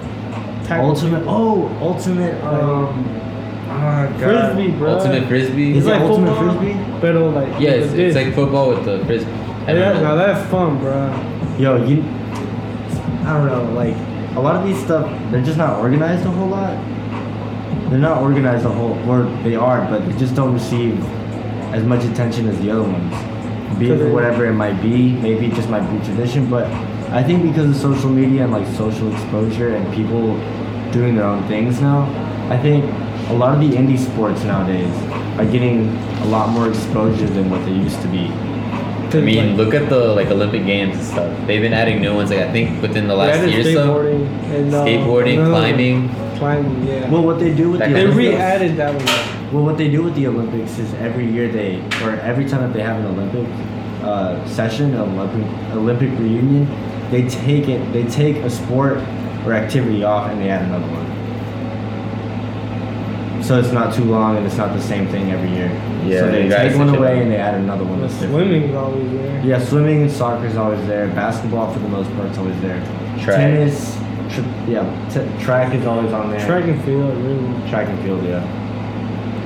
[SPEAKER 8] tackle
[SPEAKER 2] Ultimate.
[SPEAKER 8] people.
[SPEAKER 2] Oh, ultimate. Um. Oh,
[SPEAKER 8] frisbee, bro.
[SPEAKER 1] Oh, Ultimate frisbee.
[SPEAKER 2] Is
[SPEAKER 8] It's
[SPEAKER 2] it
[SPEAKER 8] like
[SPEAKER 2] ultimate
[SPEAKER 8] football,
[SPEAKER 2] frisbee?
[SPEAKER 8] but it'll, like
[SPEAKER 1] Yeah,
[SPEAKER 8] with
[SPEAKER 1] it's,
[SPEAKER 8] a
[SPEAKER 1] it's
[SPEAKER 8] disc.
[SPEAKER 1] like football with the frisbee. I don't
[SPEAKER 8] yeah.
[SPEAKER 1] know.
[SPEAKER 8] Now that's fun, bro.
[SPEAKER 2] Yo, you. I don't know. Like a lot of these stuff, they're just not organized a whole lot. They're not organized a whole, or they are, but they just don't receive as much attention as the other ones. Be
[SPEAKER 8] So
[SPEAKER 2] it
[SPEAKER 8] they-
[SPEAKER 2] whatever it might be, maybe it just might be tradition, but I think because of social media and like social exposure and people doing their own things now, I think a lot of the indie sports nowadays are getting a lot more exposure than what they used to be.
[SPEAKER 1] I mean, look at the like Olympic games and stuff. They've been adding new ones. Like I think within the last
[SPEAKER 8] added
[SPEAKER 1] year or so,
[SPEAKER 8] skateboarding and uh,
[SPEAKER 1] skateboarding,
[SPEAKER 8] another one.
[SPEAKER 1] climbing.
[SPEAKER 8] climbing. Yeah,
[SPEAKER 2] Well, what they do with
[SPEAKER 1] That
[SPEAKER 2] the
[SPEAKER 1] kind
[SPEAKER 8] they
[SPEAKER 1] of
[SPEAKER 2] Olympics-
[SPEAKER 8] re-added that one.
[SPEAKER 2] Well, what they do with the Olympics is every year they, or every time that they have an Olympic uh, session, an Olympic Olympic reunion, they take it, they take a sport or activity off and they add another one. So it's not too long and it's not the same thing every year.
[SPEAKER 1] Yeah,
[SPEAKER 2] So they
[SPEAKER 1] you guys
[SPEAKER 2] take one
[SPEAKER 1] should
[SPEAKER 2] away
[SPEAKER 1] have-
[SPEAKER 2] and they add another one.
[SPEAKER 8] The
[SPEAKER 2] that's different.
[SPEAKER 8] swimming's always there.
[SPEAKER 2] Yeah, swimming and soccer is always there. Basketball for the most part is always there.
[SPEAKER 1] Track.
[SPEAKER 2] Tennis, tr- yeah, t- track is always on there.
[SPEAKER 8] Track and field, really.
[SPEAKER 2] track and field, yeah.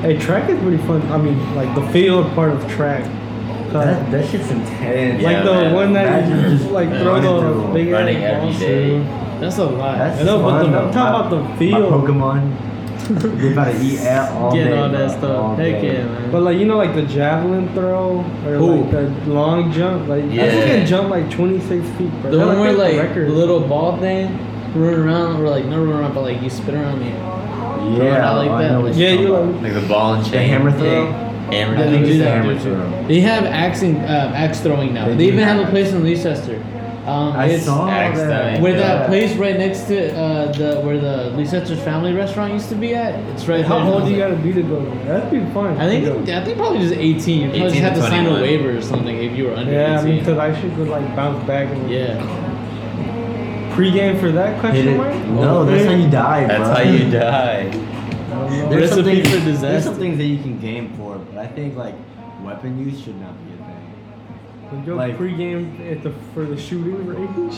[SPEAKER 8] Hey, track is pretty fun. I mean, like the field part of track. 'Cause,
[SPEAKER 2] That, that shit's intense.
[SPEAKER 8] like
[SPEAKER 1] Yeah,
[SPEAKER 8] the
[SPEAKER 1] man.
[SPEAKER 8] one that you
[SPEAKER 2] Imagine
[SPEAKER 8] just like
[SPEAKER 2] just
[SPEAKER 8] throw
[SPEAKER 2] running
[SPEAKER 8] the
[SPEAKER 2] through,
[SPEAKER 8] big ass
[SPEAKER 1] running every
[SPEAKER 8] balls
[SPEAKER 1] day.
[SPEAKER 8] through.
[SPEAKER 3] <laughs> That's a lot.
[SPEAKER 2] That's
[SPEAKER 8] I know, but
[SPEAKER 2] fun,
[SPEAKER 8] the-
[SPEAKER 2] though.
[SPEAKER 8] I'm talking
[SPEAKER 2] My-
[SPEAKER 8] about the
[SPEAKER 2] My
[SPEAKER 8] field.
[SPEAKER 2] Pokemon. They about to eat at all
[SPEAKER 3] Get
[SPEAKER 2] day,
[SPEAKER 3] all
[SPEAKER 2] bro,
[SPEAKER 3] that
[SPEAKER 2] all
[SPEAKER 3] stuff. Heck
[SPEAKER 2] day.
[SPEAKER 3] yeah, man.
[SPEAKER 8] But like you know, like the javelin throw or like the long jump, like I
[SPEAKER 1] Yeah.
[SPEAKER 8] think I jump like 26 feet, bro.
[SPEAKER 3] the
[SPEAKER 8] That,
[SPEAKER 3] one where
[SPEAKER 8] that's
[SPEAKER 3] like
[SPEAKER 8] the record.
[SPEAKER 3] the little ball thing run around or like not run around but like you spin around me.
[SPEAKER 2] Yeah,
[SPEAKER 3] I like
[SPEAKER 2] oh,
[SPEAKER 3] that.
[SPEAKER 2] know what
[SPEAKER 8] yeah,
[SPEAKER 2] talking
[SPEAKER 8] you
[SPEAKER 2] about.
[SPEAKER 8] like
[SPEAKER 1] Like the ball and chain.
[SPEAKER 2] the hammer throw.
[SPEAKER 1] Hammer
[SPEAKER 3] Yeah,
[SPEAKER 2] I
[SPEAKER 1] throw.
[SPEAKER 2] think
[SPEAKER 3] they
[SPEAKER 2] it's
[SPEAKER 3] do
[SPEAKER 2] the
[SPEAKER 3] that,
[SPEAKER 2] hammer
[SPEAKER 3] don't you?
[SPEAKER 2] throw.
[SPEAKER 3] They have axe and, uh, axe throwing now.
[SPEAKER 2] They
[SPEAKER 3] They,
[SPEAKER 2] do
[SPEAKER 3] even have
[SPEAKER 2] have
[SPEAKER 3] a place in Leicester. Um,
[SPEAKER 2] I
[SPEAKER 3] it's
[SPEAKER 2] saw
[SPEAKER 1] axe
[SPEAKER 2] that.
[SPEAKER 1] throwing,
[SPEAKER 3] where
[SPEAKER 1] yeah.
[SPEAKER 3] that place right next to uh, the where the Leicester's family restaurant used to be at. It's right.
[SPEAKER 8] How
[SPEAKER 3] there.
[SPEAKER 8] old do you gotta be to go? there? That'd be fun.
[SPEAKER 3] I think I think probably just 18. You probably
[SPEAKER 1] 18
[SPEAKER 3] just
[SPEAKER 1] to
[SPEAKER 3] have to sign a
[SPEAKER 1] 21.
[SPEAKER 3] waiver or something if you were under
[SPEAKER 8] Yeah, I mean,
[SPEAKER 3] 18.
[SPEAKER 8] because I should go like bounce back. And
[SPEAKER 3] yeah.
[SPEAKER 8] Pre-game for that
[SPEAKER 2] Hit
[SPEAKER 8] question
[SPEAKER 2] it.
[SPEAKER 8] mark?
[SPEAKER 3] Oh,
[SPEAKER 2] No, that's how you die, bro.
[SPEAKER 1] That's how you die.
[SPEAKER 2] There's some,
[SPEAKER 3] Recipe
[SPEAKER 2] things,
[SPEAKER 3] for
[SPEAKER 2] there's
[SPEAKER 3] disaster.
[SPEAKER 2] some things that you can game for, but I think like weapon use should not be a
[SPEAKER 3] <laughs>
[SPEAKER 2] thing. <laughs>
[SPEAKER 8] When you
[SPEAKER 2] Like-
[SPEAKER 8] pre-game at the for the shooting range.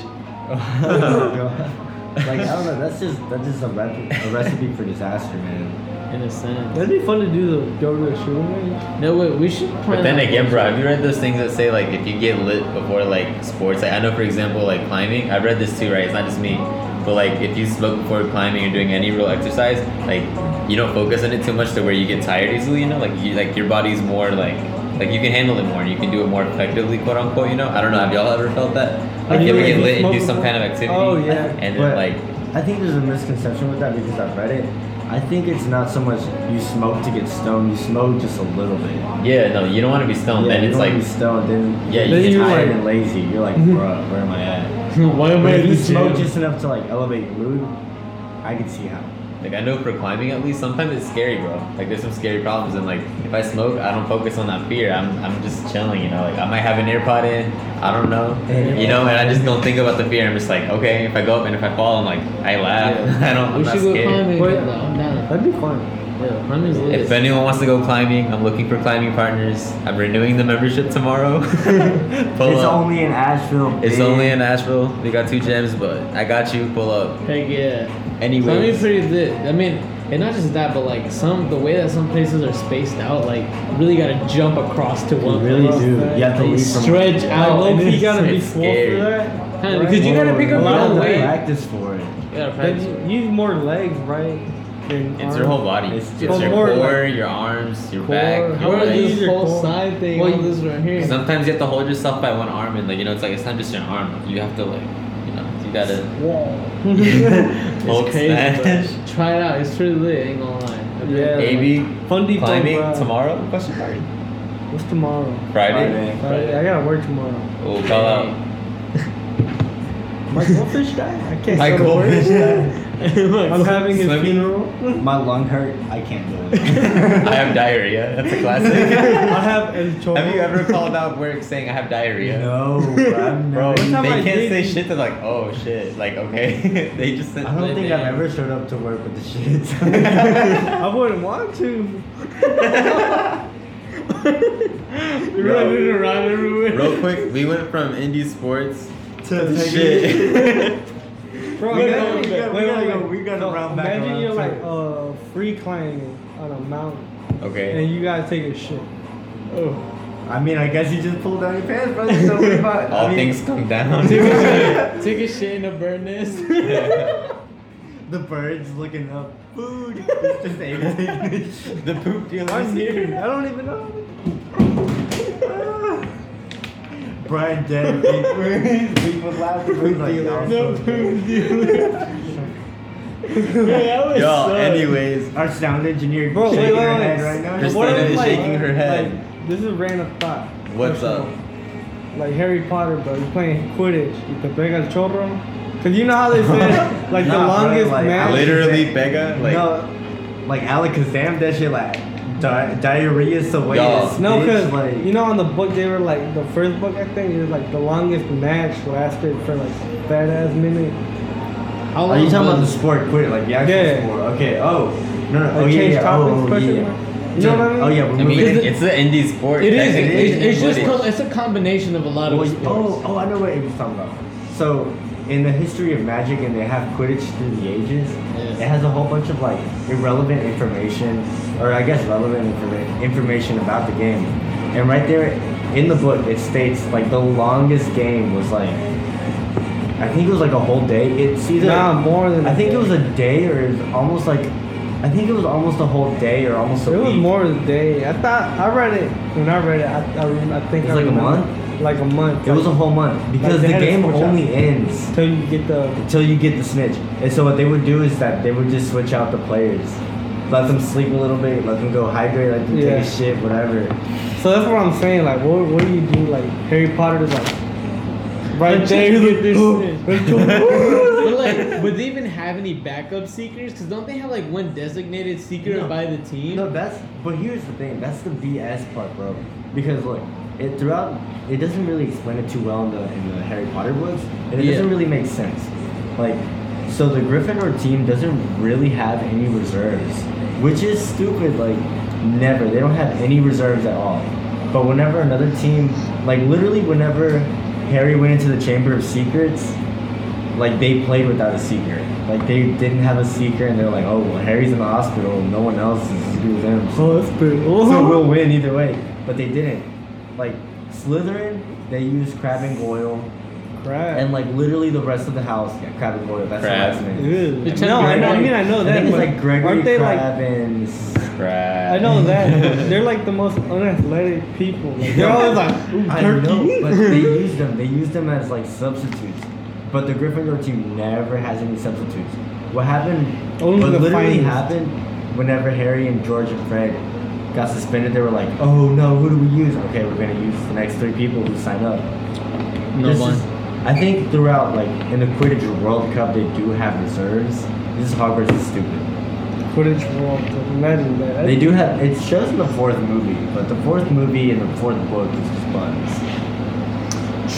[SPEAKER 2] like I don't know, that's just that's just a, rep- a recipe for disaster, man.
[SPEAKER 3] In a sense.
[SPEAKER 8] That'd be fun to do the go to the shooting range.
[SPEAKER 3] No, wait, we should plan
[SPEAKER 1] But then
[SPEAKER 3] that
[SPEAKER 1] again,
[SPEAKER 3] one.
[SPEAKER 1] bro, have you read those things that say like if you get lit before like sports? Like I know, for example, like climbing. I've read this too, right? It's not just me. But like if you smoke before climbing or doing any real exercise, like you don't focus on it too much to where you get tired easily. You know, like you like your body's more like like you can handle it more. and You can do it more effectively, quote unquote. You know, I don't know. Have y'all ever felt that? Like
[SPEAKER 8] you
[SPEAKER 1] you ever
[SPEAKER 8] mean
[SPEAKER 1] get
[SPEAKER 8] if you
[SPEAKER 1] lit and do
[SPEAKER 8] smoke
[SPEAKER 1] some kind of activity?
[SPEAKER 8] before- Oh, yeah.
[SPEAKER 1] And then
[SPEAKER 2] But
[SPEAKER 1] like
[SPEAKER 2] I think there's a misconception with that because I've read it. I think it's not so much you smoke to get stoned, you smoke just a little bit.
[SPEAKER 1] yeah, no, you don't want to be stoned.
[SPEAKER 2] yeah,
[SPEAKER 1] then
[SPEAKER 2] you
[SPEAKER 1] it's
[SPEAKER 2] don't wanna
[SPEAKER 1] like
[SPEAKER 2] be stoned, then
[SPEAKER 1] Yeah, you
[SPEAKER 2] then
[SPEAKER 1] get
[SPEAKER 2] you're
[SPEAKER 1] tired.
[SPEAKER 2] tired and lazy. You're like, bruh, where am I at?
[SPEAKER 3] <laughs> Why am I
[SPEAKER 2] But
[SPEAKER 3] at
[SPEAKER 2] if you
[SPEAKER 3] the
[SPEAKER 2] smoke
[SPEAKER 3] gym?
[SPEAKER 2] just enough to like elevate your mood, I can see how.
[SPEAKER 1] Like I know for climbing at least, sometimes it's scary, bro. Like there's some scary problems, and like if I smoke, I don't focus on that fear. I'm I'm just chilling, you know. Like I might have an earpod in, I don't know, you know, and I just don't think about the fear. I'm just like, okay, if I go up and if I fall, I'm like, I laugh. <laughs> I don't. I'm
[SPEAKER 3] we
[SPEAKER 1] not
[SPEAKER 3] should go
[SPEAKER 1] scared.
[SPEAKER 3] climbing.
[SPEAKER 8] Wait.
[SPEAKER 3] though, I'm down.
[SPEAKER 8] That'd be fun.
[SPEAKER 3] Yeah, climbing's lit.
[SPEAKER 1] If anyone wants to go climbing, I'm looking for climbing partners. I'm renewing the membership tomorrow. <laughs> Pull
[SPEAKER 2] it's
[SPEAKER 1] up.
[SPEAKER 2] only in Asheville.
[SPEAKER 1] it's
[SPEAKER 2] big.
[SPEAKER 1] only in Nashville. We got two gyms, but I got you. Pull up.
[SPEAKER 3] Heck yeah. Climbing's
[SPEAKER 1] Anyways,
[SPEAKER 3] pretty lit. I mean, and not just that, but like some the way that some places are spaced out, like you really gotta jump across to
[SPEAKER 2] You
[SPEAKER 3] one.
[SPEAKER 2] really
[SPEAKER 3] place.
[SPEAKER 2] do. You have to
[SPEAKER 3] Like,
[SPEAKER 2] leave from
[SPEAKER 3] stretch out.
[SPEAKER 8] Like,
[SPEAKER 3] and
[SPEAKER 8] low
[SPEAKER 3] then <laughs>
[SPEAKER 8] key gotta be
[SPEAKER 3] it's-
[SPEAKER 8] full
[SPEAKER 1] scary.
[SPEAKER 8] for that.
[SPEAKER 3] Kinda, because you gotta pick
[SPEAKER 2] You
[SPEAKER 3] up your
[SPEAKER 2] have
[SPEAKER 3] own
[SPEAKER 2] to
[SPEAKER 3] weight.
[SPEAKER 2] practice for it.
[SPEAKER 3] You gotta practice.
[SPEAKER 8] Then you use more legs, right? Than
[SPEAKER 1] it's your
[SPEAKER 8] arms.
[SPEAKER 1] whole body.
[SPEAKER 2] It's
[SPEAKER 1] It's,
[SPEAKER 2] just
[SPEAKER 1] your
[SPEAKER 8] more like-
[SPEAKER 1] core, your arms, your back.
[SPEAKER 3] How
[SPEAKER 1] your
[SPEAKER 3] about
[SPEAKER 1] legs.
[SPEAKER 3] this
[SPEAKER 8] Your
[SPEAKER 3] whole
[SPEAKER 8] core.
[SPEAKER 3] side thing?
[SPEAKER 8] Well,
[SPEAKER 3] all
[SPEAKER 8] you-
[SPEAKER 3] this right here. <laughs>
[SPEAKER 1] Sometimes you have to hold yourself by one arm, and like you know, it's like it's not just your arm. You have to like, you know, you gotta hold
[SPEAKER 3] it's crazy.
[SPEAKER 1] smash.
[SPEAKER 3] but Try it out. It's pretty lit. Ain't gonna lie. <laughs>
[SPEAKER 8] Yeah.
[SPEAKER 1] Maybe
[SPEAKER 8] Fun deep
[SPEAKER 1] climbing
[SPEAKER 8] Ride.
[SPEAKER 1] tomorrow? Question mark.
[SPEAKER 8] What's tomorrow?
[SPEAKER 1] Friday.
[SPEAKER 8] Friday. I gotta work tomorrow.
[SPEAKER 1] Oh, call out.
[SPEAKER 8] My goldfish died. I can't.
[SPEAKER 1] My
[SPEAKER 8] go to
[SPEAKER 2] <laughs>
[SPEAKER 8] work.
[SPEAKER 1] goldfish
[SPEAKER 8] I'm having his
[SPEAKER 1] Swimming?
[SPEAKER 8] funeral.
[SPEAKER 2] My lung hurt. I can't do it.
[SPEAKER 1] <laughs> I have diarrhea. That's a classic.
[SPEAKER 8] <laughs> I have El Cholo.
[SPEAKER 1] have you ever called out work saying I have diarrhea?
[SPEAKER 2] no, bro. I've
[SPEAKER 1] Bro,
[SPEAKER 2] never-
[SPEAKER 1] they
[SPEAKER 8] time I
[SPEAKER 1] can't
[SPEAKER 8] did-
[SPEAKER 1] say shit. They're like, oh shit. Like, okay. <laughs> they just.
[SPEAKER 2] I don't think I've ever <laughs> showed up to work with the
[SPEAKER 1] <laughs>
[SPEAKER 2] shit. <laughs>
[SPEAKER 8] I wouldn't want to. You're running around <laughs> everywhere.
[SPEAKER 1] Real quick, we went from indie sports to
[SPEAKER 2] take
[SPEAKER 1] shit.
[SPEAKER 8] Bro,
[SPEAKER 2] We
[SPEAKER 8] we
[SPEAKER 2] gotta-
[SPEAKER 8] gotta,
[SPEAKER 2] we gotta- we gotta go- we gotta round back
[SPEAKER 8] Imagine
[SPEAKER 2] around
[SPEAKER 8] you're
[SPEAKER 2] to
[SPEAKER 8] like
[SPEAKER 2] it.
[SPEAKER 8] uh, free climbing on a mountain
[SPEAKER 1] okay.
[SPEAKER 8] and you gotta take a shit. Oh.
[SPEAKER 2] I mean, I guess you just pulled down your pants, bro. So what about?
[SPEAKER 1] All
[SPEAKER 2] I mean,
[SPEAKER 1] things come down.
[SPEAKER 3] Take a shit in a burn this. <laughs>
[SPEAKER 2] The birds looking up food. It's just everything.
[SPEAKER 1] <laughs> the poop
[SPEAKER 8] I'm
[SPEAKER 1] dealers
[SPEAKER 8] here. I don't even know.
[SPEAKER 2] <laughs> Brian dead.
[SPEAKER 1] <laughs>
[SPEAKER 2] Big Big was laughing. Big like, y'all
[SPEAKER 8] No
[SPEAKER 2] so good.
[SPEAKER 8] poop <laughs> dealer. that was
[SPEAKER 1] Y'all, anyways,
[SPEAKER 2] Our sound engineer
[SPEAKER 8] Bro,
[SPEAKER 2] shaking
[SPEAKER 8] wait, wait,
[SPEAKER 2] her
[SPEAKER 8] wait.
[SPEAKER 2] head right now.
[SPEAKER 1] Christina
[SPEAKER 8] What if,
[SPEAKER 1] is
[SPEAKER 8] like-
[SPEAKER 1] shaking her head.
[SPEAKER 8] Like, this is a random thought.
[SPEAKER 1] What's
[SPEAKER 8] First
[SPEAKER 1] up?
[SPEAKER 8] of all, Like Harry Potter, bro. You're playing Quidditch. You can pega el chorro. Cause you know how
[SPEAKER 2] <laughs>
[SPEAKER 8] they say like the
[SPEAKER 2] Nah, bro,
[SPEAKER 8] longest
[SPEAKER 2] like,
[SPEAKER 8] match.
[SPEAKER 1] literally Becca, like
[SPEAKER 2] no, like Alakazam, that shit like di- diarrhea is the way
[SPEAKER 1] Y'all.
[SPEAKER 2] it's
[SPEAKER 8] No,
[SPEAKER 2] bitch,
[SPEAKER 8] cause
[SPEAKER 2] like
[SPEAKER 8] you know on the book they were like the first book I think it was like the longest match lasted for like that ass minute.
[SPEAKER 3] How
[SPEAKER 2] Are you talking about the
[SPEAKER 3] was-
[SPEAKER 2] sport quit, like the actual
[SPEAKER 8] Yeah.
[SPEAKER 2] sport? Okay. Oh no, no.
[SPEAKER 8] Like,
[SPEAKER 2] oh yeah,
[SPEAKER 8] change
[SPEAKER 2] yeah.
[SPEAKER 8] topics,
[SPEAKER 2] Oh, oh, yeah.
[SPEAKER 8] question mark? You know what I mean?
[SPEAKER 2] Oh yeah, we're
[SPEAKER 1] I mean,
[SPEAKER 2] moving.
[SPEAKER 3] Is it-
[SPEAKER 1] it's the indie sport.
[SPEAKER 3] It is.
[SPEAKER 1] technically,
[SPEAKER 3] It's, it's just.
[SPEAKER 1] but
[SPEAKER 3] Com- it's a combination of a lot of
[SPEAKER 2] Well,
[SPEAKER 3] sports.
[SPEAKER 2] oh, oh, I know what Amy's talking about. So, in the history of magic, and they have Quidditch through the ages,
[SPEAKER 3] Yes.
[SPEAKER 2] it has a whole bunch of like irrelevant information, or I guess relevant informa- information about the game. And right there in the book, it states like the longest game was like, I think it was like a whole day. It's either
[SPEAKER 8] Nah, more than
[SPEAKER 2] I
[SPEAKER 8] a
[SPEAKER 2] think it
[SPEAKER 8] day.
[SPEAKER 2] was a day, or it was almost like I think it was almost a whole day or almost a
[SPEAKER 8] It was
[SPEAKER 2] week.
[SPEAKER 8] more than a day. I thought I read it when I read it. I, I, rem- I think
[SPEAKER 2] It's
[SPEAKER 8] I
[SPEAKER 2] like a
[SPEAKER 8] remember.
[SPEAKER 2] month?
[SPEAKER 8] Like a month.
[SPEAKER 2] It was a whole month because
[SPEAKER 8] they
[SPEAKER 2] the
[SPEAKER 8] had a
[SPEAKER 2] game
[SPEAKER 8] switch out.
[SPEAKER 2] only ends
[SPEAKER 8] until you get the.
[SPEAKER 2] until you get the snitch. And so what they would do is that they would just switch out the players, let them sleep a little bit, let them go hydrate, let them
[SPEAKER 8] Yeah.
[SPEAKER 2] take a shit, whatever.
[SPEAKER 8] So that's what I'm saying. Like, what, what do you do? Like Harry Potter is like right there.
[SPEAKER 3] get this but
[SPEAKER 2] <laughs> oh.
[SPEAKER 8] Like,
[SPEAKER 3] like, would they even have any backup seekers? Because don't they have like one designated seeker
[SPEAKER 2] No.
[SPEAKER 3] by the team?
[SPEAKER 2] No, that's but here's the thing. That's the BS part, bro. Because look, it throughout it doesn't really explain it too well in the in the Harry Potter books, and it
[SPEAKER 3] Yeah.
[SPEAKER 2] doesn't really make sense. Like, so the Gryffindor team doesn't really have any reserves, which is stupid. Like, never they don't have any reserves at all. But whenever another team, like literally whenever Harry went into the Chamber of Secrets, like they played without a seeker. Like they didn't have a seeker, and they're like, oh, well, Harry's in the hospital. No one else is as good as him. <laughs>
[SPEAKER 8] Oh, hospital.
[SPEAKER 2] So we'll win either way. But they didn't. Like Slytherin, they used crab and goyle,
[SPEAKER 8] Crap.
[SPEAKER 2] and like literally the rest of the house got crab and goyle. That's
[SPEAKER 1] Crab.
[SPEAKER 2] the last name.
[SPEAKER 8] Ew.
[SPEAKER 3] It's
[SPEAKER 8] No, I, know, I
[SPEAKER 3] Gregory.
[SPEAKER 8] mean I know
[SPEAKER 2] I
[SPEAKER 8] that.
[SPEAKER 2] think it's
[SPEAKER 8] but
[SPEAKER 2] like Gregory
[SPEAKER 8] aren't they like
[SPEAKER 2] Crab and s-
[SPEAKER 1] Crap.
[SPEAKER 2] <laughs>
[SPEAKER 8] I
[SPEAKER 1] <laughs>
[SPEAKER 8] know that. They're like the most unathletic people. <laughs> Like, they're
[SPEAKER 2] <laughs>
[SPEAKER 8] always like, ooh,
[SPEAKER 2] I
[SPEAKER 8] turkey.
[SPEAKER 2] know, but
[SPEAKER 8] <laughs>
[SPEAKER 2] they used them. They used them as like substitutes. But the Gryffindor team never has any substitutes. What happened?
[SPEAKER 8] Only
[SPEAKER 2] what
[SPEAKER 8] the
[SPEAKER 2] literally
[SPEAKER 8] finest.
[SPEAKER 2] happened whenever Harry and George and Fred got suspended. They were like, "Oh no, who do we use? Okay, we're gonna use the next three people who sign up."
[SPEAKER 3] No
[SPEAKER 2] This
[SPEAKER 3] one.
[SPEAKER 2] is- I think throughout, like in the Quidditch World Cup, they do have reserves. This is Hogwarts is stupid.
[SPEAKER 8] Quidditch World. Cup. Imagine that.
[SPEAKER 2] They do have. It shows in the fourth movie, but the fourth movie and the fourth book is just buns.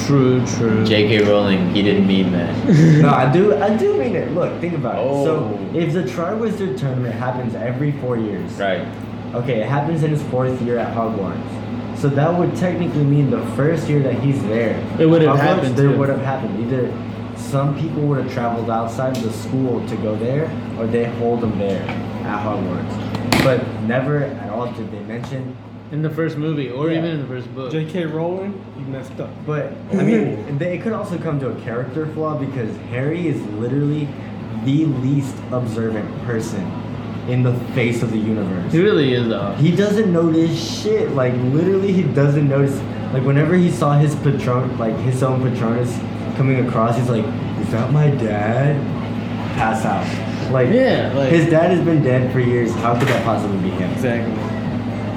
[SPEAKER 3] True, true.
[SPEAKER 1] J.K. Rowling, he didn't mean that.
[SPEAKER 3] <laughs>
[SPEAKER 2] no, I do. I do mean it. Look, think about it. So,
[SPEAKER 1] Oh.
[SPEAKER 2] if the Triwizard Tournament happens every four years,
[SPEAKER 1] right.
[SPEAKER 2] okay, it happens in his fourth year at Hogwarts. So that would technically mean the first year that he's there,
[SPEAKER 3] It would've
[SPEAKER 2] Hogwarts,
[SPEAKER 3] happened,
[SPEAKER 2] There
[SPEAKER 3] too.
[SPEAKER 2] would have happened. Either some people would have traveled outside the school to go there, or they hold them there at Hogwarts. But never at all did they mention
[SPEAKER 3] In the first movie, or
[SPEAKER 2] Yeah.
[SPEAKER 3] even in the first book.
[SPEAKER 8] J.K. Rowling, you messed up.
[SPEAKER 2] But I mean, they- it could also come to a character flaw because Harry is literally the least observant person in the face of the
[SPEAKER 3] He
[SPEAKER 2] universe.
[SPEAKER 3] really is uh, though.
[SPEAKER 2] He doesn't notice shit. Like literally, he doesn't notice. Like whenever he saw his patron, like his own patronus coming across, he's like, "Is that my dad?" Pass out. Like
[SPEAKER 3] Yeah, like-
[SPEAKER 2] his dad has been dead for years. How could that possibly be him?
[SPEAKER 8] Exactly.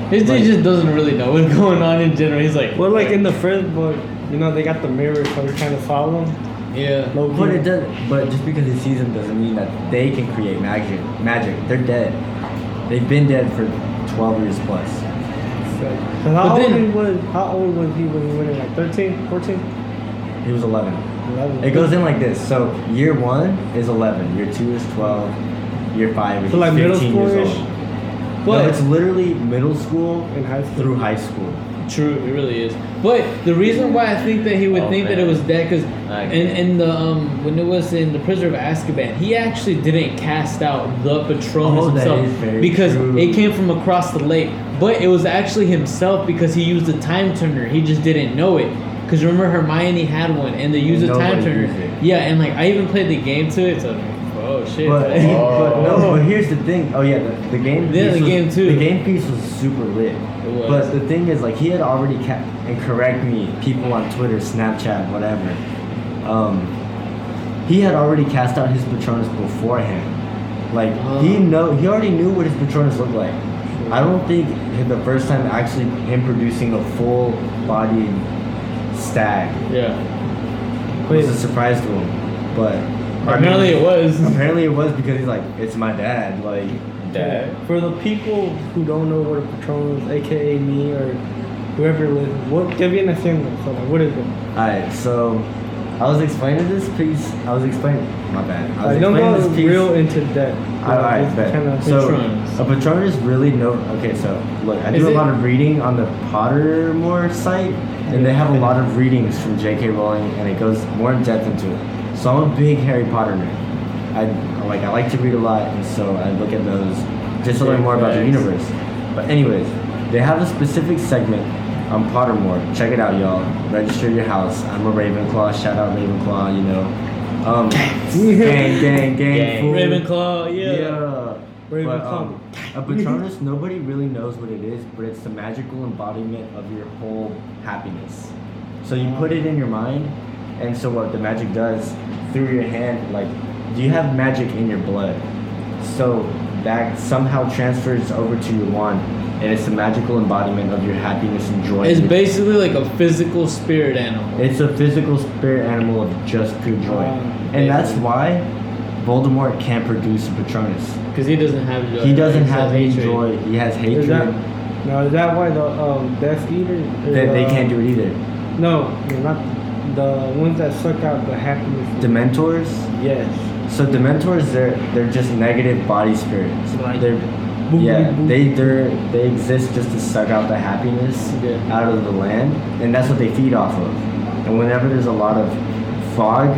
[SPEAKER 3] His dude
[SPEAKER 2] Like-
[SPEAKER 3] just doesn't really know what's <laughs> going on in general. He's like,
[SPEAKER 8] Well, like in the first book, you know, they got the mirror, so we kind of follow them.
[SPEAKER 3] yeah.
[SPEAKER 8] Low
[SPEAKER 2] But
[SPEAKER 8] key.
[SPEAKER 2] it does. But just because he sees them doesn't mean that they can create magic. Magic. They're dead. They've been dead for twelve years plus.
[SPEAKER 8] But how,
[SPEAKER 3] But
[SPEAKER 8] old
[SPEAKER 3] then-
[SPEAKER 8] he was, how old was he when he went in? Like 13, 14?
[SPEAKER 2] He was eleven.
[SPEAKER 8] 11.
[SPEAKER 2] It goes in like this. So year one is eleven. Year two is twelve. Year five is
[SPEAKER 8] So, like, middle
[SPEAKER 2] fifteen years
[SPEAKER 8] school-ish?
[SPEAKER 2] old.
[SPEAKER 3] But
[SPEAKER 2] no, it's literally middle school
[SPEAKER 8] In high school.
[SPEAKER 2] through high school.
[SPEAKER 3] True, it really is. But the reason why I think that he would
[SPEAKER 1] Oh,
[SPEAKER 3] think that
[SPEAKER 1] man.
[SPEAKER 3] it was that because
[SPEAKER 1] I
[SPEAKER 3] in, in the um when it was in the Prisoner of Azkaban, he actually didn't cast out the Patronus
[SPEAKER 2] Oh, that
[SPEAKER 3] himself
[SPEAKER 2] is very
[SPEAKER 3] because
[SPEAKER 2] true.
[SPEAKER 3] it came from across the lake. But it was actually himself because he used a time turner. He just didn't know it. Cause remember Hermione had one and they used a time
[SPEAKER 2] Nobody
[SPEAKER 3] turner.
[SPEAKER 2] used it.
[SPEAKER 3] Yeah, and like I even played the game to it. So oh shit.
[SPEAKER 2] But,
[SPEAKER 3] like-
[SPEAKER 2] <laughs> but no, but here's the thing. Oh yeah, the, the game.
[SPEAKER 3] Yeah,
[SPEAKER 2] piece
[SPEAKER 3] the
[SPEAKER 2] was,
[SPEAKER 3] game too.
[SPEAKER 2] The game piece was super lit.
[SPEAKER 3] It was.
[SPEAKER 2] But the thing is, like, he had already kept and correct me, people on Twitter, Snapchat, whatever. Um, he had already cast out his Patronus beforehand. Like he
[SPEAKER 3] Oh.
[SPEAKER 2] know he already knew what his Patronus looked like. I don't think the first time actually him producing a full bodied stag
[SPEAKER 3] <laughs> yeah.
[SPEAKER 2] was a surprise to him. But
[SPEAKER 3] Apparently it
[SPEAKER 2] <laughs>
[SPEAKER 3] was.
[SPEAKER 2] Apparently it was because he's like, it's my dad. Like,
[SPEAKER 1] Dad.
[SPEAKER 8] For the people who don't know what a patron is, aka me or whoever lives, what give me an example. So like, what is it?
[SPEAKER 2] alright, so I was explaining this piece. I was explaining, my bad. I was
[SPEAKER 8] Like, don't
[SPEAKER 2] explaining
[SPEAKER 8] go real into depth.
[SPEAKER 2] Alright, bet.
[SPEAKER 8] Kind
[SPEAKER 2] so
[SPEAKER 3] Patronus.
[SPEAKER 2] a patronus really no. Okay, so look, I
[SPEAKER 3] Is
[SPEAKER 2] do a
[SPEAKER 3] it-
[SPEAKER 2] lot of reading on the Pottermore site, and they have a lot of readings from J.K. Rowling, and it goes more in depth into it. So I'm a big Harry Potter nerd. I like I like to read a lot, and so I look at those just to learn more about the
[SPEAKER 3] Thanks.
[SPEAKER 2] universe. But anyways, they have a specific segment on Pottermore. Check it out, y'all. Register your house. I'm a Ravenclaw. Shout out Ravenclaw. You know, um, gang, gang, gang, fool.
[SPEAKER 3] Ravenclaw. Yeah.
[SPEAKER 2] Yeah.
[SPEAKER 8] Or even
[SPEAKER 2] But,
[SPEAKER 8] call me.
[SPEAKER 2] um, a Patronus, <laughs> nobody really knows what it is, but it's the magical embodiment of your whole happiness. So you put it in your mind, and so what the magic does through your hand, like you have magic in your blood, so that somehow transfers over to your wand, and it's the magical embodiment of your happiness and joy.
[SPEAKER 3] It's basically like a physical spirit animal.
[SPEAKER 2] It's a physical spirit animal of just pure joy,
[SPEAKER 8] Wow.
[SPEAKER 3] Oh,
[SPEAKER 2] and that's why Voldemort can't produce a Patronus.
[SPEAKER 3] Because he doesn't have joy.
[SPEAKER 2] He doesn't
[SPEAKER 3] He
[SPEAKER 2] have any
[SPEAKER 3] hatred.
[SPEAKER 2] joy. He has hatred.
[SPEAKER 8] Is that now? Is that why the um, Death Eater? is,
[SPEAKER 2] That they
[SPEAKER 8] uh,
[SPEAKER 2] can't do it either.
[SPEAKER 8] No, no, not the ones that suck out the happiness.
[SPEAKER 2] Dementors.
[SPEAKER 8] yes.
[SPEAKER 2] So Dementors, they're they're just negative body spirits.
[SPEAKER 8] Like-
[SPEAKER 2] They're
[SPEAKER 8] Boop,
[SPEAKER 2] yeah,
[SPEAKER 8] boop, boop.
[SPEAKER 2] they they they exist just to suck out the happiness
[SPEAKER 3] Yeah.
[SPEAKER 2] out of the land, and that's what they feed off of. And whenever there's a lot of fog,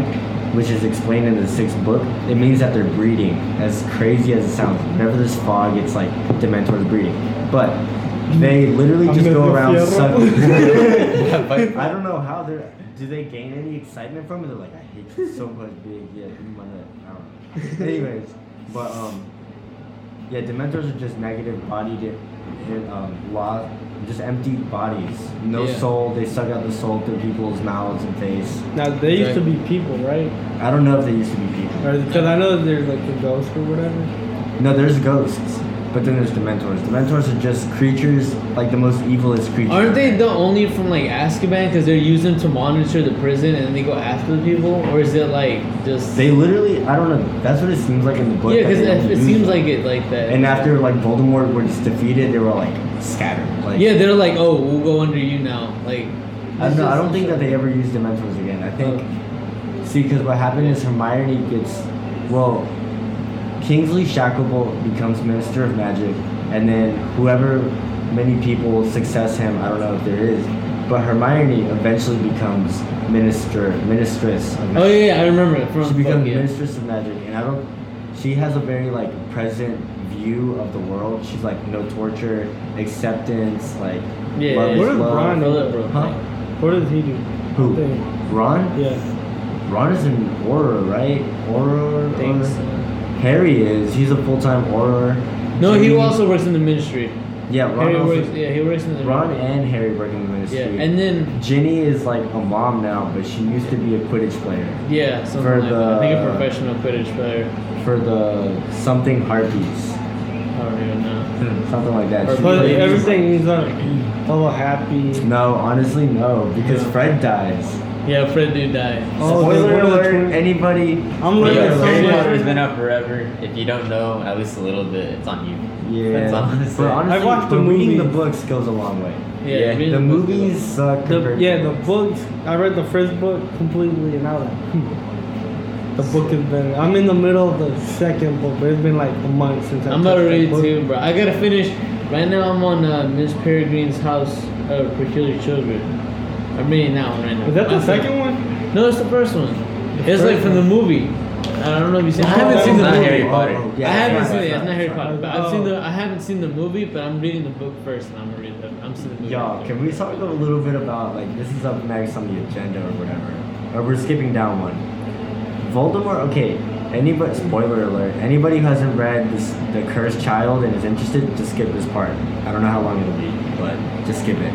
[SPEAKER 2] which is explained in the sixth book, it means that they're breeding. As crazy as it sounds, whenever there's fog, it's like Dementors breeding. But they literally
[SPEAKER 8] I'm
[SPEAKER 2] just go
[SPEAKER 8] gonna
[SPEAKER 2] around <laughs>
[SPEAKER 8] feel-
[SPEAKER 2] sucking.
[SPEAKER 1] Yeah, but-
[SPEAKER 2] I don't know how they're. Do they gain any excitement from it? They're like, I hate you so much, big. Yeah, give me my nut. I don't know. Anyways, but um, yeah, Dementors are just negative bodied, and um, lost, just empty bodies. No
[SPEAKER 3] Yeah.
[SPEAKER 2] soul. They suck out the soul through people's mouths and face.
[SPEAKER 8] Now they used to be people, right?
[SPEAKER 2] I don't know if they used to be people.
[SPEAKER 8] Or because I know that there's like the ghost or whatever.
[SPEAKER 2] No, there's ghosts, but then there's Dementors. Dementors are just creatures, like the most evilest creatures.
[SPEAKER 3] Aren't they the only from like Azkaban? Because they're using to monitor the prison and then they go after the people, or is it like just
[SPEAKER 2] They literally, I don't know. That's what it seems like in the book.
[SPEAKER 3] yeah?
[SPEAKER 2] that
[SPEAKER 3] Because
[SPEAKER 2] they
[SPEAKER 3] it,
[SPEAKER 2] don't
[SPEAKER 3] it
[SPEAKER 2] use
[SPEAKER 3] seems
[SPEAKER 2] them.
[SPEAKER 3] like it like that.
[SPEAKER 2] And after like Voldemort was defeated, they were like scattered. Like,
[SPEAKER 3] yeah, they're like, oh, we'll go under you now. Like,
[SPEAKER 2] I don't, know, I don't think that they ever used Dementors again. I think see because what happened is Hermione gets well, Kingsley Shacklebolt becomes Minister of Magic, and then whoever many people success him. I don't know if there is, but Hermione eventually becomes Minister Ministress. Of
[SPEAKER 3] <laughs> Oh yeah, yeah, I remember it from
[SPEAKER 2] She
[SPEAKER 3] the book,
[SPEAKER 2] becomes
[SPEAKER 3] yeah.
[SPEAKER 2] Mistress of Magic, and I don't. She has a very like present view of the world. She's like no torture, acceptance, like
[SPEAKER 3] Yeah,
[SPEAKER 2] love
[SPEAKER 3] yeah,
[SPEAKER 2] is
[SPEAKER 3] yeah.
[SPEAKER 8] What is
[SPEAKER 2] love.
[SPEAKER 8] Ron?
[SPEAKER 3] Philip, bro.
[SPEAKER 2] Huh?
[SPEAKER 8] What does he do?
[SPEAKER 2] Who?
[SPEAKER 8] Thing.
[SPEAKER 2] Ron?
[SPEAKER 8] Yeah.
[SPEAKER 2] Ron is an Auror, right? Auror.
[SPEAKER 3] Thanks.
[SPEAKER 2] Harry is. He's a full time Auror.
[SPEAKER 3] No, he
[SPEAKER 2] Ginny-
[SPEAKER 3] also works in the ministry.
[SPEAKER 2] Yeah, Ron.
[SPEAKER 3] Harry
[SPEAKER 2] also-
[SPEAKER 3] works. Yeah, he works in the
[SPEAKER 2] Ron
[SPEAKER 3] ministry.
[SPEAKER 2] and Harry work in the ministry.
[SPEAKER 3] yeah, and then
[SPEAKER 2] Ginny is like a mom now, but she used to be a Quidditch player
[SPEAKER 3] yeah, something
[SPEAKER 2] For
[SPEAKER 3] like that. I think a
[SPEAKER 2] the-
[SPEAKER 3] professional Quidditch player.
[SPEAKER 2] for the something harpies,
[SPEAKER 3] I don't even know.
[SPEAKER 2] something like that. She
[SPEAKER 8] But
[SPEAKER 2] plays-
[SPEAKER 8] everything is like all happy.
[SPEAKER 2] No, honestly, no, because
[SPEAKER 8] No.
[SPEAKER 2] Fred dies.
[SPEAKER 3] Yeah, Fred did die.
[SPEAKER 8] Oh,
[SPEAKER 2] Spoiler
[SPEAKER 8] the- one of the
[SPEAKER 2] alert!
[SPEAKER 8] twin-
[SPEAKER 2] Anybody?
[SPEAKER 8] I'm looking
[SPEAKER 1] Yeah,
[SPEAKER 8] at
[SPEAKER 1] Harry
[SPEAKER 8] someone-
[SPEAKER 1] Potter's been out forever. If you don't know at least a little bit, it's on you.
[SPEAKER 2] Yeah,
[SPEAKER 1] That's all I'm gonna say.
[SPEAKER 2] but honestly,
[SPEAKER 8] I watched
[SPEAKER 2] but
[SPEAKER 8] the
[SPEAKER 2] reading the
[SPEAKER 8] movies.
[SPEAKER 2] books goes a long way.
[SPEAKER 3] Yeah,
[SPEAKER 1] Yeah,
[SPEAKER 2] The movies suck.
[SPEAKER 8] The,
[SPEAKER 2] compared
[SPEAKER 8] yeah,
[SPEAKER 2] to
[SPEAKER 8] the
[SPEAKER 2] books.
[SPEAKER 8] books. I read the first book completely, and I was like, hmm, the book has been. I'm in the middle of the second book, but it's been like a month since I
[SPEAKER 3] I'm about to
[SPEAKER 8] touched that
[SPEAKER 3] read
[SPEAKER 8] book.
[SPEAKER 3] too, bro. I gotta finish. Right now, I'm on uh, Miss Peregrine's House of Peculiar Children. I'm reading that one right now.
[SPEAKER 8] Is that the
[SPEAKER 3] My
[SPEAKER 8] second one?
[SPEAKER 3] No, it's the first one. it's
[SPEAKER 8] first
[SPEAKER 3] like from the movie. I don't know if you seen. I haven't
[SPEAKER 8] Oh,
[SPEAKER 3] seen the
[SPEAKER 1] not
[SPEAKER 3] movie.
[SPEAKER 1] Harry
[SPEAKER 2] Oh,
[SPEAKER 1] Potter.
[SPEAKER 2] oh, yeah,
[SPEAKER 3] I haven't
[SPEAKER 2] it's
[SPEAKER 3] seen
[SPEAKER 2] not-
[SPEAKER 3] it.
[SPEAKER 2] it's
[SPEAKER 3] It's not Harry
[SPEAKER 2] it's
[SPEAKER 3] Potter. But I've
[SPEAKER 8] Oh.
[SPEAKER 3] seen the. I haven't seen the movie, but I'm reading the book first, and I'm gonna read the. I'm seeing the movie. <laughs>
[SPEAKER 2] Y'all, can we talk a little bit about like this is up next on the agenda or whatever? Or we're skipping down one. Voldemort. Okay, anybody? Spoiler alert! Anybody who hasn't read this, the Cursed Child and is interested, just skip this part. I don't know how long it'll be, but just skip it.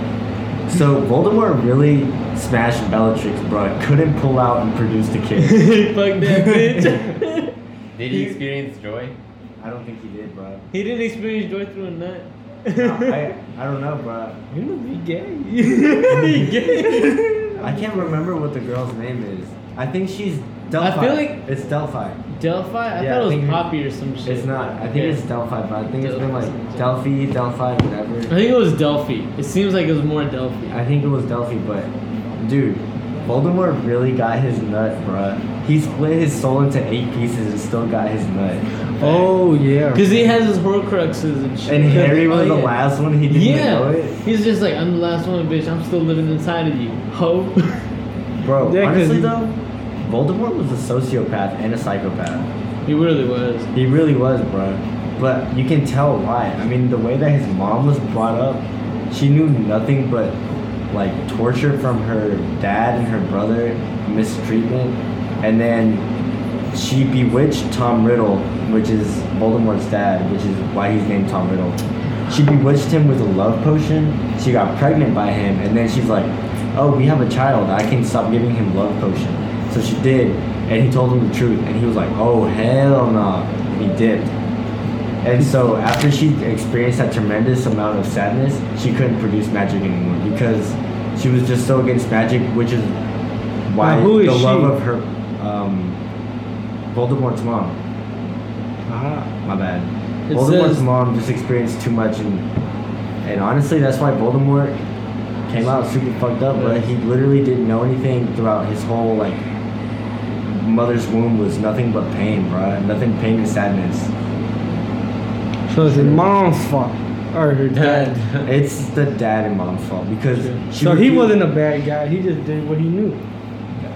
[SPEAKER 2] So Voldemort really smashed Bellatrix, bro. Couldn't pull out and produce the
[SPEAKER 3] <laughs>
[SPEAKER 2] kid. <laughs>
[SPEAKER 3] Fuck that bitch. <laughs>
[SPEAKER 1] Did he experience joy?
[SPEAKER 2] I don't think he did, bro.
[SPEAKER 3] he didn't experience joy through a nut. <laughs>
[SPEAKER 2] I, I don't know, bro.
[SPEAKER 8] You must be
[SPEAKER 2] <laughs>
[SPEAKER 8] gay.
[SPEAKER 3] He gay. <laughs>
[SPEAKER 2] I can't remember what the girl's name is. I think she's Delphi.
[SPEAKER 3] feel like-
[SPEAKER 2] it's Delphi.
[SPEAKER 3] Delphi? I
[SPEAKER 2] Yeah, I
[SPEAKER 3] thought it
[SPEAKER 2] think-
[SPEAKER 3] was Poppy or some shit.
[SPEAKER 2] It's not. I think
[SPEAKER 3] Okay.
[SPEAKER 2] it's Delphi, but I think it's been like
[SPEAKER 3] Delphi.
[SPEAKER 2] Delphi, Delphi,
[SPEAKER 3] I
[SPEAKER 2] whatever.
[SPEAKER 3] think it was Delphi. It seems like it was more Delphi.
[SPEAKER 2] I think it was Delphi, but dude, Voldemort really got his nut, bruh. He split his soul into eight pieces and still got his nut.
[SPEAKER 8] Oh yeah.
[SPEAKER 3] Because he has his Horcruxes and shit.
[SPEAKER 2] And Harry was
[SPEAKER 3] Oh,
[SPEAKER 2] the
[SPEAKER 3] yeah.
[SPEAKER 2] last one. He didn't know
[SPEAKER 3] Yeah,
[SPEAKER 2] it,
[SPEAKER 3] he's just like I'm the last one, bitch. I'm still living inside of you, ho. <laughs>
[SPEAKER 2] bro.
[SPEAKER 8] Yeah, 'cause
[SPEAKER 2] honestly
[SPEAKER 8] he-
[SPEAKER 2] though, Voldemort was a sociopath and a psychopath.
[SPEAKER 3] he really was.
[SPEAKER 2] He really was, bro. But you can tell why. I mean, the way that his mom was brought up, she knew nothing but like torture from her dad and her brother, mistreatment, and then she bewitched Tom Riddle, which is Voldemort's dad, which is why he's named Tom Riddle. She bewitched him with a love potion. She got pregnant by him, and then she's like, "Oh, we have a child. I can stop giving him love potion." So she did, and he told him the truth, and he was like, "Oh hell no!" And he dipped. And so after she experienced that tremendous amount of sadness, she couldn't produce magic anymore because she was just so against magic, which is why
[SPEAKER 8] Now, who is
[SPEAKER 2] the love
[SPEAKER 8] she?
[SPEAKER 2] of her um, Voldemort's mom.
[SPEAKER 8] Ah,
[SPEAKER 2] My bad.
[SPEAKER 3] It
[SPEAKER 2] Voldemort's
[SPEAKER 3] says-
[SPEAKER 2] mom just experienced too much, and and honestly, that's why Voldemort came out super fucked up. But he literally didn't know anything throughout his whole like mother's womb was nothing but pain, bro. Nothing, pain and sadness.
[SPEAKER 8] so it's his mom's fault or her dad.
[SPEAKER 2] It's the dad and mom's fault because she
[SPEAKER 8] so he
[SPEAKER 2] refused-
[SPEAKER 8] wasn't a bad guy. He just did what he knew.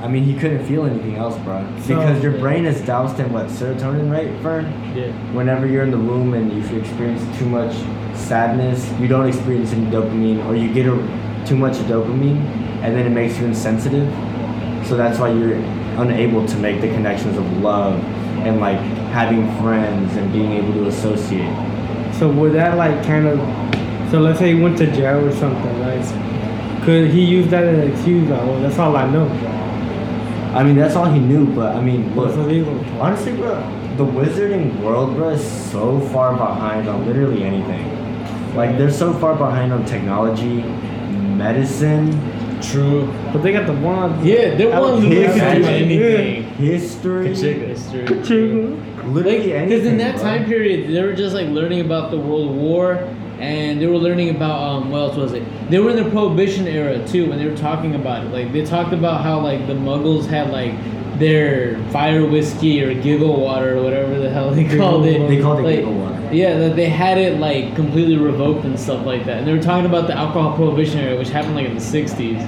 [SPEAKER 2] I mean, he couldn't feel anything else, bro.
[SPEAKER 8] So-
[SPEAKER 2] Because your brain is doused in what serotonin, right, Fern?
[SPEAKER 3] Yeah.
[SPEAKER 2] whenever you're in the womb and you experience too much sadness, you don't experience any dopamine, or you get a, too much dopamine, and then it makes you insensitive. So that's why you're unable to make the connections of love and like having friends and being able to associate.
[SPEAKER 8] So would that like kind of, so let's say he went to jail or something, right? Could he use that as an excuse? Like, well, that's all I know.
[SPEAKER 2] I mean, that's all he knew, but I mean,
[SPEAKER 8] What's
[SPEAKER 2] look,
[SPEAKER 8] illegal?
[SPEAKER 2] honestly, bro, the wizarding world, bro, is so far behind on literally anything. Like, they're so far behind on technology, medicine,
[SPEAKER 3] True.
[SPEAKER 8] But they got the wand.
[SPEAKER 3] Yeah, they
[SPEAKER 2] How
[SPEAKER 3] want to
[SPEAKER 2] kids
[SPEAKER 3] do
[SPEAKER 2] actually-
[SPEAKER 3] anything.
[SPEAKER 2] history.
[SPEAKER 8] Chicken.
[SPEAKER 3] Like,
[SPEAKER 2] Literally
[SPEAKER 3] because in
[SPEAKER 2] anything,
[SPEAKER 3] that
[SPEAKER 2] bro.
[SPEAKER 3] time period, they were just like learning about the World War, and they were learning about um, what else was it? They were in the Prohibition era too, when they were talking about it. Like they talked about how like the Muggles had like their fire whiskey or giggle water or whatever the hell they called it.
[SPEAKER 2] They called it
[SPEAKER 3] Like,
[SPEAKER 2] giggle water.
[SPEAKER 3] Yeah, that they had it like completely revoked and stuff like that. And they were talking about the alcohol prohibition era, which happened like in the '60s.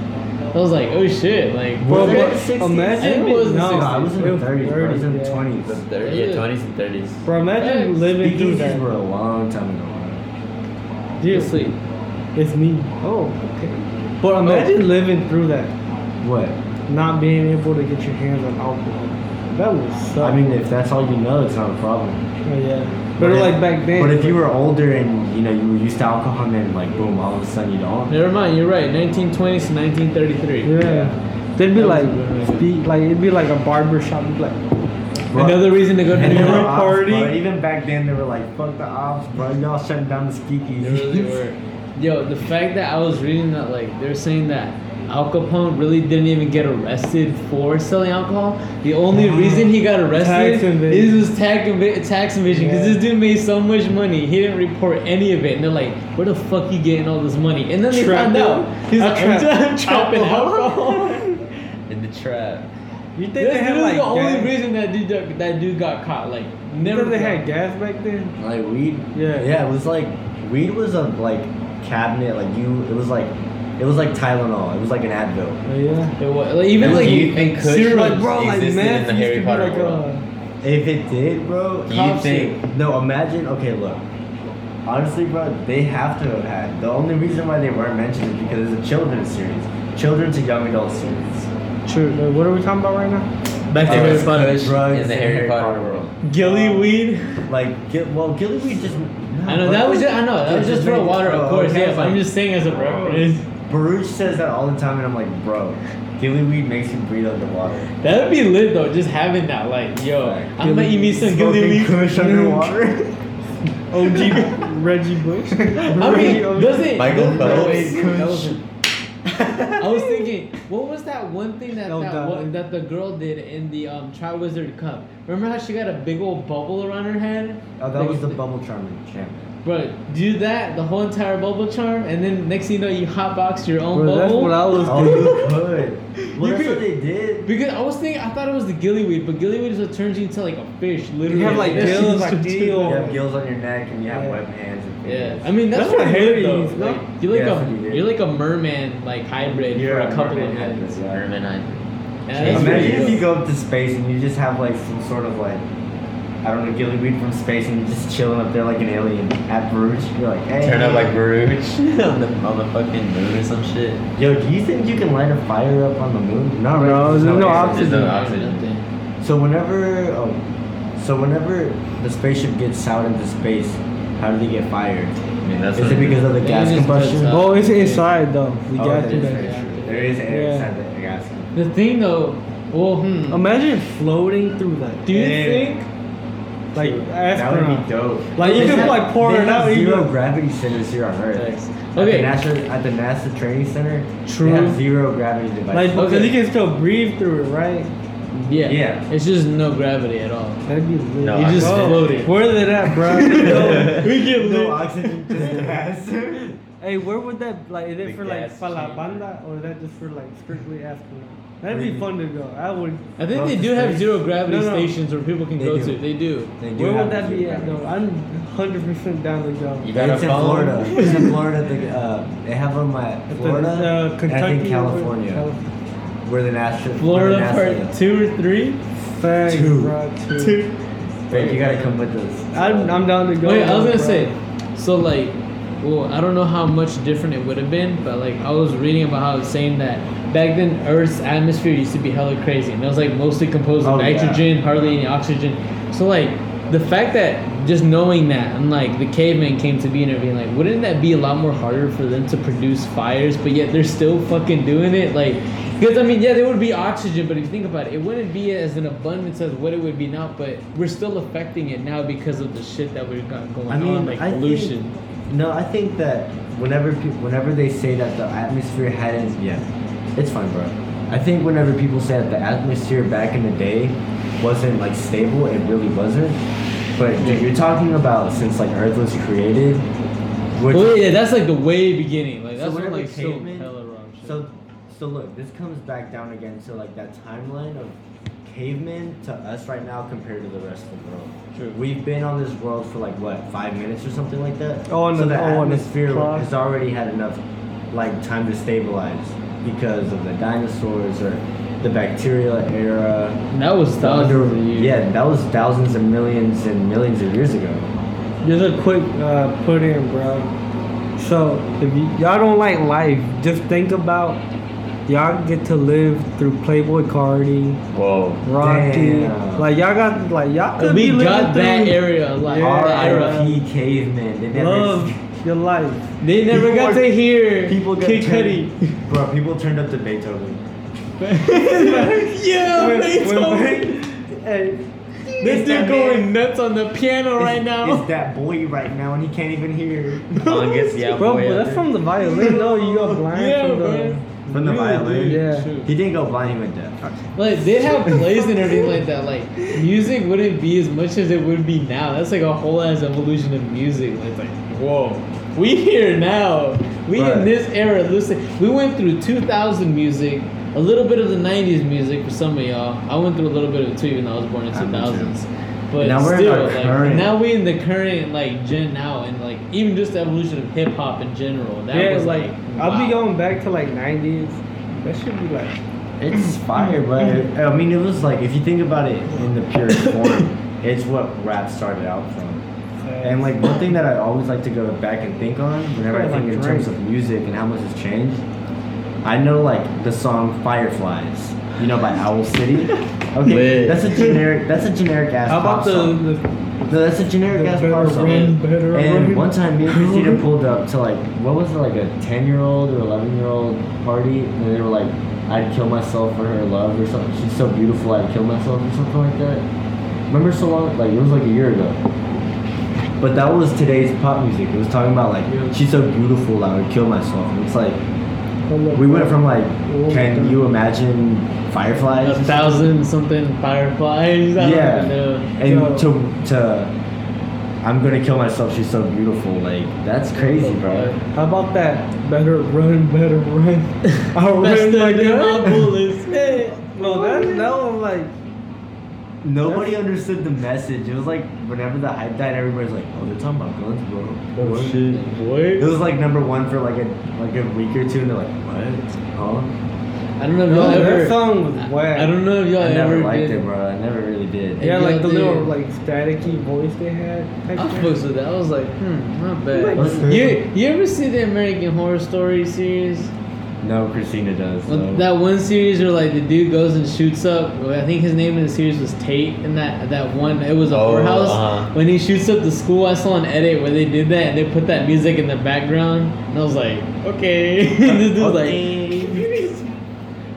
[SPEAKER 3] I was like, oh shit, like
[SPEAKER 2] Was
[SPEAKER 8] Well,
[SPEAKER 2] it
[SPEAKER 8] but
[SPEAKER 2] in the 60s?
[SPEAKER 8] imagine-
[SPEAKER 3] I think it was in the
[SPEAKER 2] No, I was in the
[SPEAKER 8] 60s.
[SPEAKER 2] 30s. Bro. I was in the
[SPEAKER 8] Yeah.
[SPEAKER 2] 20s.
[SPEAKER 1] Thir- yeah, 20s and 30s.
[SPEAKER 8] Bro, imagine
[SPEAKER 3] Thanks.
[SPEAKER 8] living through
[SPEAKER 2] Speakeasies
[SPEAKER 8] that.
[SPEAKER 2] were a long time ago.
[SPEAKER 8] Seriously,
[SPEAKER 3] Seriously.
[SPEAKER 8] it's me. Oh, okay. But imagine living through that,
[SPEAKER 2] What?
[SPEAKER 8] not being able to get your hands on alcohol. That would suck.
[SPEAKER 2] I mean, if that's all you know, it's not a problem.
[SPEAKER 8] Oh, yeah. But, like
[SPEAKER 2] if-
[SPEAKER 8] back then.
[SPEAKER 2] But if you were older and you know you were used to alcohol, and then like boom, all of a sudden you don't.
[SPEAKER 3] Never mind, you're right. 1920s to 1933.
[SPEAKER 8] Yeah. They'd be
[SPEAKER 3] That
[SPEAKER 8] like,
[SPEAKER 3] was good.
[SPEAKER 8] be, like it'd be like a barber shop. You'd be like,
[SPEAKER 2] Bro,
[SPEAKER 3] Another reason to go to
[SPEAKER 2] and
[SPEAKER 3] New
[SPEAKER 2] they were
[SPEAKER 3] York.
[SPEAKER 2] ops,
[SPEAKER 8] party.
[SPEAKER 2] bro. Even back then, they were like, "Fuck the ops, bro! Y'all shutting down the speakeasies."
[SPEAKER 3] They really were. Yo, the fact that I was reading that, like, they're saying that Al Capone really didn't even get arrested for selling alcohol. The only reason he got arrested
[SPEAKER 8] Mm-hmm. Tax invasion.
[SPEAKER 3] is this tax, inv- tax invasion because
[SPEAKER 8] Yeah.
[SPEAKER 3] this dude made so much money, he didn't report any of it. And they're like, where the fuck you getting all this money? And then they found
[SPEAKER 8] Trapped
[SPEAKER 3] out.
[SPEAKER 8] it.
[SPEAKER 3] He's
[SPEAKER 8] I
[SPEAKER 3] like,
[SPEAKER 8] trapped
[SPEAKER 3] I'm trapping
[SPEAKER 8] alcohol." <laughs>
[SPEAKER 3] alcohol.
[SPEAKER 1] In the trap.
[SPEAKER 8] you think
[SPEAKER 3] That's
[SPEAKER 8] they had
[SPEAKER 3] literally
[SPEAKER 8] like
[SPEAKER 3] the only
[SPEAKER 8] gas?
[SPEAKER 3] reason that dude that dude got caught. Like
[SPEAKER 8] You
[SPEAKER 3] never
[SPEAKER 8] think they
[SPEAKER 3] got-
[SPEAKER 8] had gas back then?
[SPEAKER 2] <laughs> Like weed.
[SPEAKER 8] Yeah.
[SPEAKER 2] Yeah, it was like weed was a like cabinet. Like you, it was like it was like Tylenol. It was like an Advil.
[SPEAKER 8] Oh, yeah.
[SPEAKER 3] It was, like, even
[SPEAKER 1] Do
[SPEAKER 3] like
[SPEAKER 1] you think
[SPEAKER 3] like,
[SPEAKER 1] Kush
[SPEAKER 3] syrup-
[SPEAKER 1] was-
[SPEAKER 8] Like, bro, like
[SPEAKER 1] Existed
[SPEAKER 8] meth
[SPEAKER 1] in the
[SPEAKER 8] used
[SPEAKER 1] Harry
[SPEAKER 8] to be
[SPEAKER 1] Potter
[SPEAKER 8] like
[SPEAKER 1] world.
[SPEAKER 8] a.
[SPEAKER 2] If it did, bro,
[SPEAKER 1] Do you
[SPEAKER 2] cop
[SPEAKER 1] think-
[SPEAKER 2] shit. No, imagine. Okay, look. Honestly, bro, they have to have had. The only reason why they weren't mentioned is because it's a children's series, children to young adult series.
[SPEAKER 8] True. Like, what are we talking about right now?
[SPEAKER 3] Back to
[SPEAKER 2] Uh,
[SPEAKER 3] Harry Potter.
[SPEAKER 2] Kush drugs
[SPEAKER 1] in the
[SPEAKER 2] and
[SPEAKER 1] Harry Potter
[SPEAKER 8] Um,
[SPEAKER 3] Gilly weed.
[SPEAKER 2] Like, Gil- well, Gillyweed just.
[SPEAKER 3] I know that was just, I know that was just
[SPEAKER 8] Oh,
[SPEAKER 3] for water, of course. Yeah, but I'm just saying as a reference.
[SPEAKER 2] Baruch says that all the time, and I'm like, bro, Gillyweed makes you breathe underwater.
[SPEAKER 3] <laughs> That would be lit though, just having that. Like, yo, I'm gonna eat me some gilly
[SPEAKER 2] Smoking
[SPEAKER 3] weed.
[SPEAKER 2] Kush underwater.
[SPEAKER 8] OG <laughs> Reggie
[SPEAKER 3] <laughs>
[SPEAKER 8] Bush.
[SPEAKER 3] I mean, does it?
[SPEAKER 1] Michael
[SPEAKER 3] does,
[SPEAKER 1] Phelps.
[SPEAKER 3] wait, that was- I was thinking, what was that one thing that
[SPEAKER 8] No,
[SPEAKER 3] that,
[SPEAKER 8] that-
[SPEAKER 3] one, that the girl did in the um, Tri Wizard Cup? Remember how she got a big old bubble around her head?
[SPEAKER 2] Oh, that
[SPEAKER 3] Like,
[SPEAKER 2] was the bubble charm champ.
[SPEAKER 3] Bro, do that the whole entire bubble charm, and then next thing you know, you hotbox your own
[SPEAKER 8] Bro,
[SPEAKER 3] bubble.
[SPEAKER 8] that's what I was
[SPEAKER 2] Oh,
[SPEAKER 8] doing.
[SPEAKER 2] you
[SPEAKER 3] <laughs>
[SPEAKER 2] could. Well,
[SPEAKER 3] You
[SPEAKER 2] that's
[SPEAKER 3] could.
[SPEAKER 2] what they did.
[SPEAKER 3] Because I was thinking, I thought it was the gillyweed, but gillyweed is what turns you into like a fish,
[SPEAKER 8] You
[SPEAKER 3] literally.
[SPEAKER 8] have like
[SPEAKER 3] That shit
[SPEAKER 8] gills,
[SPEAKER 3] is
[SPEAKER 8] like
[SPEAKER 3] just-
[SPEAKER 2] You
[SPEAKER 8] deal.
[SPEAKER 2] have gills on your neck and you have
[SPEAKER 8] Yeah.
[SPEAKER 2] webbed hands. And
[SPEAKER 3] Yeah,
[SPEAKER 2] fingers.
[SPEAKER 3] I mean that's,
[SPEAKER 8] That's
[SPEAKER 3] what
[SPEAKER 8] what
[SPEAKER 3] Harry
[SPEAKER 8] Harry
[SPEAKER 3] though.
[SPEAKER 8] is, no?
[SPEAKER 3] Like, you're like
[SPEAKER 2] Yeah, that's what he
[SPEAKER 3] a
[SPEAKER 2] did.
[SPEAKER 3] you're like a merman like hybrid
[SPEAKER 2] You're
[SPEAKER 3] for a couple
[SPEAKER 2] mermaid
[SPEAKER 3] of minutes.
[SPEAKER 2] head, yeah.
[SPEAKER 1] Herman I.
[SPEAKER 3] Yeah, that's
[SPEAKER 2] Imagine
[SPEAKER 3] pretty
[SPEAKER 2] if
[SPEAKER 3] dope.
[SPEAKER 2] you go up to space and you just have like some sort of like, I don't know, gillyweed from space and you're just chilling up there like an alien at Bruges. You're like, hey.
[SPEAKER 1] Turn up like Baruch <laughs> on the, on the fucking moon or some shit.
[SPEAKER 2] Yo, do you think you can light a fire up on the moon? No, right?
[SPEAKER 8] No, there's no
[SPEAKER 2] air.
[SPEAKER 1] There's
[SPEAKER 8] option.
[SPEAKER 1] no
[SPEAKER 3] Yeah,
[SPEAKER 1] oxygen.
[SPEAKER 3] nothing.
[SPEAKER 2] So whenever, oh, So whenever the spaceship gets out into space, how do they get fired?
[SPEAKER 1] I mean, that's
[SPEAKER 2] Is
[SPEAKER 1] what
[SPEAKER 2] it because of the
[SPEAKER 3] They
[SPEAKER 2] gas
[SPEAKER 3] just
[SPEAKER 2] combustion?
[SPEAKER 3] put, uh,
[SPEAKER 8] Oh, it's inside though. The
[SPEAKER 2] Oh,
[SPEAKER 8] gas
[SPEAKER 2] that is
[SPEAKER 8] tank.
[SPEAKER 2] very true. There is air
[SPEAKER 8] Yeah.
[SPEAKER 2] inside the gas. can-
[SPEAKER 3] The thing though, well, hmm.
[SPEAKER 8] Imagine floating through that.
[SPEAKER 3] Do you
[SPEAKER 2] Yeah.
[SPEAKER 3] think?
[SPEAKER 8] Like
[SPEAKER 2] That would
[SPEAKER 8] astronaut.
[SPEAKER 2] be dope.
[SPEAKER 8] Like you
[SPEAKER 2] They
[SPEAKER 8] can
[SPEAKER 2] have-
[SPEAKER 8] like pour
[SPEAKER 2] they
[SPEAKER 8] it
[SPEAKER 2] have
[SPEAKER 8] out. you
[SPEAKER 2] Zero
[SPEAKER 8] go-
[SPEAKER 2] gravity centers here on Earth.
[SPEAKER 3] Okay.
[SPEAKER 2] At the NASA, at the NASA training center,
[SPEAKER 3] True.
[SPEAKER 2] they have zero gravity
[SPEAKER 8] Like
[SPEAKER 2] devices.
[SPEAKER 8] <laughs> because
[SPEAKER 3] Okay.
[SPEAKER 8] you can still breathe through it, right?
[SPEAKER 3] Yeah.
[SPEAKER 2] Yeah.
[SPEAKER 3] It's just no gravity at all.
[SPEAKER 8] That'd be lit.
[SPEAKER 1] No,
[SPEAKER 3] You
[SPEAKER 1] I
[SPEAKER 3] just
[SPEAKER 1] get it.
[SPEAKER 3] floated.
[SPEAKER 8] Where are they at, bro? <laughs> we get lit.
[SPEAKER 2] no oxygen, just
[SPEAKER 8] <laughs>
[SPEAKER 2] gas.
[SPEAKER 8] Hey, where would that like? Is it
[SPEAKER 1] The
[SPEAKER 8] for like
[SPEAKER 1] gas
[SPEAKER 8] for la
[SPEAKER 1] chamber.
[SPEAKER 8] banda or is that just for like strictly astronaut? That'd be fun to go. I would.
[SPEAKER 3] I think
[SPEAKER 2] Well,
[SPEAKER 3] they
[SPEAKER 2] it's
[SPEAKER 3] do have
[SPEAKER 2] space.
[SPEAKER 3] zero gravity
[SPEAKER 8] No, no.
[SPEAKER 3] stations where people can
[SPEAKER 2] They
[SPEAKER 3] go
[SPEAKER 2] do.
[SPEAKER 3] to. They do.
[SPEAKER 2] They do
[SPEAKER 8] Where
[SPEAKER 2] have
[SPEAKER 8] would that
[SPEAKER 2] zero
[SPEAKER 8] be at
[SPEAKER 2] gravity.
[SPEAKER 8] though? I'm 100 percent down to go.
[SPEAKER 1] You got
[SPEAKER 2] it's
[SPEAKER 1] a
[SPEAKER 2] in
[SPEAKER 1] phone?
[SPEAKER 2] Florida. It's
[SPEAKER 8] <laughs>
[SPEAKER 2] in Florida. The, uh, they have them at
[SPEAKER 8] At the,
[SPEAKER 2] Florida and
[SPEAKER 8] uh,
[SPEAKER 2] I think
[SPEAKER 8] Kentucky or where-
[SPEAKER 2] California,
[SPEAKER 8] Cali-
[SPEAKER 2] where the NASA.
[SPEAKER 3] Florida
[SPEAKER 2] where the
[SPEAKER 3] part two or three.
[SPEAKER 8] Facts,
[SPEAKER 2] Two.
[SPEAKER 8] bro. Two.
[SPEAKER 2] NASA Babe, you gotta come with us.
[SPEAKER 8] I'm, I'm down to go.
[SPEAKER 3] Wait, I was gonna
[SPEAKER 8] bro.
[SPEAKER 3] say, so like, well, I don't know how much different it would have been, but like, I was reading about how it's saying that back then Earth's atmosphere used to be hella crazy, and it was like mostly composed of
[SPEAKER 2] Oh, yeah.
[SPEAKER 3] nitrogen, hardly any oxygen. So like, the fact that just knowing that and like the caveman came to be and everything, like, wouldn't that be a lot more harder for them to produce fires? But yet they're still fucking doing it, like. Because I mean, yeah, there would be oxygen, but if you think about it, it wouldn't be as an abundance as what it would be now. But we're still affecting it now because of the shit that we've got going
[SPEAKER 2] I mean,
[SPEAKER 3] on, like
[SPEAKER 2] I
[SPEAKER 3] pollution.
[SPEAKER 2] Think, no, I think that whenever peop whenever they say that the atmosphere hadn't, yeah, it's fine, bro. I think whenever people say that the atmosphere back in the day wasn't like stable, it really wasn't. But dude, you're talking about since like Earth was created, which
[SPEAKER 3] well, yeah, that's like the way beginning.
[SPEAKER 2] So
[SPEAKER 3] Like that's when
[SPEAKER 2] whatever
[SPEAKER 3] like still
[SPEAKER 2] caveman-
[SPEAKER 3] hella wrong. Shit.
[SPEAKER 2] So, so look, this comes back down again to like that timeline of cavemen to us right now compared to the rest of the world.
[SPEAKER 3] True.
[SPEAKER 2] We've been on this world for like what five minutes or something like that.
[SPEAKER 8] Oh, on
[SPEAKER 2] so
[SPEAKER 8] the-
[SPEAKER 2] the
[SPEAKER 8] oh, on the
[SPEAKER 2] atmosphere
[SPEAKER 8] clock.
[SPEAKER 2] has already had enough like time to stabilize because of the dinosaurs or the bacterial era.
[SPEAKER 3] that was thousands of years.
[SPEAKER 2] yeah, that was thousands and millions and millions of years ago.
[SPEAKER 8] Just a quick uh, put in, bro. So if y- y'all don't like life, just think about y'all get to live through Playboy Cardi,
[SPEAKER 1] Whoa.
[SPEAKER 8] Rocky.
[SPEAKER 2] Damn.
[SPEAKER 8] Like y'all got like y'all could
[SPEAKER 3] we
[SPEAKER 8] be living
[SPEAKER 3] got that
[SPEAKER 8] through
[SPEAKER 3] area, like
[SPEAKER 8] Yeah.
[SPEAKER 3] that era.
[SPEAKER 2] R.I.P. cavemen. They never
[SPEAKER 8] love your life.
[SPEAKER 3] They never got to hear
[SPEAKER 2] People get
[SPEAKER 3] Kid
[SPEAKER 2] turned-
[SPEAKER 3] Cudi.
[SPEAKER 2] Bro, people turned up to Beethoven. <laughs>
[SPEAKER 3] <laughs> yeah,
[SPEAKER 8] When-
[SPEAKER 3] they
[SPEAKER 8] when-
[SPEAKER 3] told me.
[SPEAKER 8] when- hey,
[SPEAKER 3] This dude going nuts on the piano <laughs> right now.
[SPEAKER 2] It's that boy right now, and he can't even hear.
[SPEAKER 1] Longest, yeah,
[SPEAKER 8] bro,
[SPEAKER 1] boy.
[SPEAKER 8] but that's from the violin. No, you go blind
[SPEAKER 3] Yeah,
[SPEAKER 8] from the.
[SPEAKER 3] bro.
[SPEAKER 2] <laughs> From the
[SPEAKER 8] Really,
[SPEAKER 2] violin?
[SPEAKER 8] Yeah.
[SPEAKER 3] Shoot.
[SPEAKER 2] He didn't go blind; he went deaf.
[SPEAKER 3] Like they have plays and everything like that. Like music wouldn't be as much as it would be now. That's like a whole ass evolution of music. Like, it's like whoa, we here now. We in
[SPEAKER 2] Right.
[SPEAKER 3] this era. Listen, we went through 2000 music, a little bit of the 90s music for some of y'all. I went through a little bit of it too, even though I was born in
[SPEAKER 2] Ah, me
[SPEAKER 3] 2000s. But
[SPEAKER 2] Now we're in
[SPEAKER 3] still,
[SPEAKER 2] our
[SPEAKER 3] like
[SPEAKER 2] current-
[SPEAKER 3] now we in the current like gen now, and like even just the evolution of hip hop in general. That
[SPEAKER 8] yeah,
[SPEAKER 3] was
[SPEAKER 8] like,
[SPEAKER 3] like
[SPEAKER 8] I'll be
[SPEAKER 3] wow.
[SPEAKER 8] going back to like 90s. That should be like.
[SPEAKER 2] It's fire, but I mean, it was like if you think about it in the purest form, it's what rap started out from. And like one thing that I always like to go back and think on whenever I
[SPEAKER 8] Kinda
[SPEAKER 2] think
[SPEAKER 8] like
[SPEAKER 2] in
[SPEAKER 8] Drake.
[SPEAKER 2] terms of music and how much has changed, I know like the song "Fireflies," you know, by Owl City. Okay,
[SPEAKER 1] Lit.
[SPEAKER 2] that's a generic. That's a generic ass.
[SPEAKER 8] How
[SPEAKER 2] pop
[SPEAKER 8] about the,
[SPEAKER 2] song.
[SPEAKER 8] the
[SPEAKER 2] No, that's a generic ass
[SPEAKER 8] better
[SPEAKER 2] bar song.
[SPEAKER 8] run, better
[SPEAKER 2] and
[SPEAKER 8] run.
[SPEAKER 2] one time, me and
[SPEAKER 8] <laughs>
[SPEAKER 2] Christina pulled up to like, what was it, like a 10 year old or 11 year old party, and they were like, I'd kill myself for her love or something. She's so beautiful, I'd kill myself or something like that. Remember so long, like, it was like a year ago. But that was today's pop music. It was talking about like, she's so beautiful, I would kill myself. And It's like, we went from like, can you imagine fireflies? or
[SPEAKER 3] a
[SPEAKER 2] something?
[SPEAKER 3] thousand something fireflies. I
[SPEAKER 2] Yeah.
[SPEAKER 3] don't even know.
[SPEAKER 2] and to to I'm gonna kill myself. She's so beautiful. Like that's crazy, bro.
[SPEAKER 8] How about that? Better run, better run. I
[SPEAKER 3] Faster
[SPEAKER 8] ran like
[SPEAKER 3] than my
[SPEAKER 8] that. <laughs>
[SPEAKER 3] bullets. Hey.
[SPEAKER 8] No,
[SPEAKER 3] Oh,
[SPEAKER 8] that that was like
[SPEAKER 2] Nobody understood the message. It was like whenever the hype died, everybody's like, "Oh, they're talking about guns, bro." What? It was like number one for like a like a week or two, and they're like, "What? Huh?"
[SPEAKER 3] I don't know if y'all
[SPEAKER 8] no,
[SPEAKER 3] ever.
[SPEAKER 8] that song was whack.
[SPEAKER 3] I don't know if y'all
[SPEAKER 2] I never
[SPEAKER 3] ever
[SPEAKER 2] liked
[SPEAKER 3] did.
[SPEAKER 2] it, bro. I never really did.
[SPEAKER 3] Yeah,
[SPEAKER 8] Yeah, like the
[SPEAKER 3] dude.
[SPEAKER 8] little like staticky voice they had.
[SPEAKER 3] I
[SPEAKER 8] type shit.
[SPEAKER 3] fucks with that. I was like, hmm, not bad.
[SPEAKER 2] Let's hear
[SPEAKER 3] You you ever see the American Horror Story series?
[SPEAKER 2] No, Christina does.
[SPEAKER 3] Well,
[SPEAKER 2] though.
[SPEAKER 3] That one series where like the dude goes and shoots up. I think his name in the series was Tate. And that that one, it was a
[SPEAKER 1] Oh,
[SPEAKER 3] whorehouse.
[SPEAKER 1] uh-huh.
[SPEAKER 3] When he shoots up the school, I saw an edit where they did that and they put that music in the background. And I was like, okay. <laughs> this dude's like,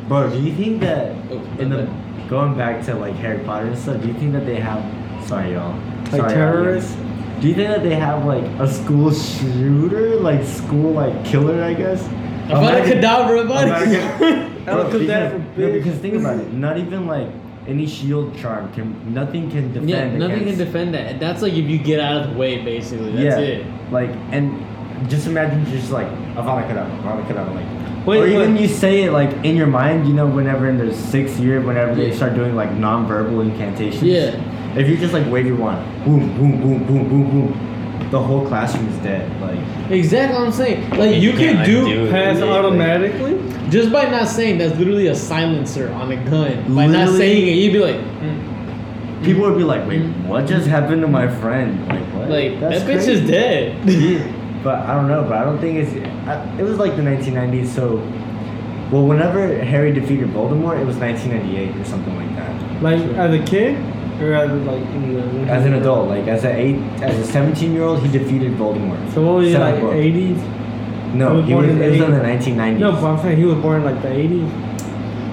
[SPEAKER 2] Bro, do you think that
[SPEAKER 3] Oh,
[SPEAKER 2] in
[SPEAKER 3] my
[SPEAKER 2] the going back to like Harry Potter and stuff, do you think that they have sorry y'all
[SPEAKER 8] Like
[SPEAKER 2] sorry,
[SPEAKER 8] terrorists?
[SPEAKER 2] audience. Do you think that they have like a school shooter, like school like killer? I guess.
[SPEAKER 3] about a
[SPEAKER 2] Imagine-
[SPEAKER 3] cadaver,
[SPEAKER 1] <laughs>
[SPEAKER 3] <laughs>
[SPEAKER 2] American-
[SPEAKER 3] about
[SPEAKER 2] Bro,
[SPEAKER 8] Elko
[SPEAKER 2] because,
[SPEAKER 8] Dad for
[SPEAKER 2] no,
[SPEAKER 8] bitch.
[SPEAKER 2] because think about it. Not even like any shield charm can. Nothing can defend.
[SPEAKER 3] Yeah, nothing can
[SPEAKER 2] against-
[SPEAKER 3] defend that. That's like if you get out of the way, basically. That's
[SPEAKER 2] yeah,
[SPEAKER 3] it.
[SPEAKER 2] like and just imagine just like Avada Kedavra, Avada Kedavra, like.
[SPEAKER 8] Wait,
[SPEAKER 2] or even
[SPEAKER 8] wait.
[SPEAKER 2] you say it like in your mind, you know, whenever in the sixth year, whenever they
[SPEAKER 3] Yeah.
[SPEAKER 2] start doing like nonverbal incantations.
[SPEAKER 3] Yeah.
[SPEAKER 2] If you just like wave your wand, boom, boom, boom, boom, boom, boom, the whole classroom is dead. Like,
[SPEAKER 3] Exactly what I'm saying. Like,
[SPEAKER 1] You
[SPEAKER 3] you,
[SPEAKER 1] can't,
[SPEAKER 3] can
[SPEAKER 1] like,
[SPEAKER 3] do
[SPEAKER 1] do it.
[SPEAKER 8] Pass
[SPEAKER 1] Like-
[SPEAKER 8] automatically?
[SPEAKER 3] Just by not saying that's literally a silencer on a gun. By not
[SPEAKER 2] Literally.
[SPEAKER 3] saying it, you'd be like,
[SPEAKER 2] people would be like, wait, what just happened to my friend? Like, what?
[SPEAKER 3] Mm-hmm. like
[SPEAKER 2] That's
[SPEAKER 3] that bitch
[SPEAKER 2] crazy.
[SPEAKER 3] is dead.
[SPEAKER 2] but I don't know. But I don't think it's. I, it was like the 1990s. So, well, whenever Harry defeated Voldemort, it was 1998 or something like that.
[SPEAKER 8] Like as a kid? Or as a, like in the
[SPEAKER 2] As an adult, like as a eight, as a 17 year old, he defeated Voldemort.
[SPEAKER 8] So what was he
[SPEAKER 2] Seven
[SPEAKER 8] like
[SPEAKER 2] books.
[SPEAKER 8] eighties?
[SPEAKER 2] No,
[SPEAKER 8] he was
[SPEAKER 2] he
[SPEAKER 8] born
[SPEAKER 2] was,
[SPEAKER 8] in the
[SPEAKER 2] it was in the
[SPEAKER 8] 80s.
[SPEAKER 2] 1990s.
[SPEAKER 8] No, but I'm saying he was born in like the eighties.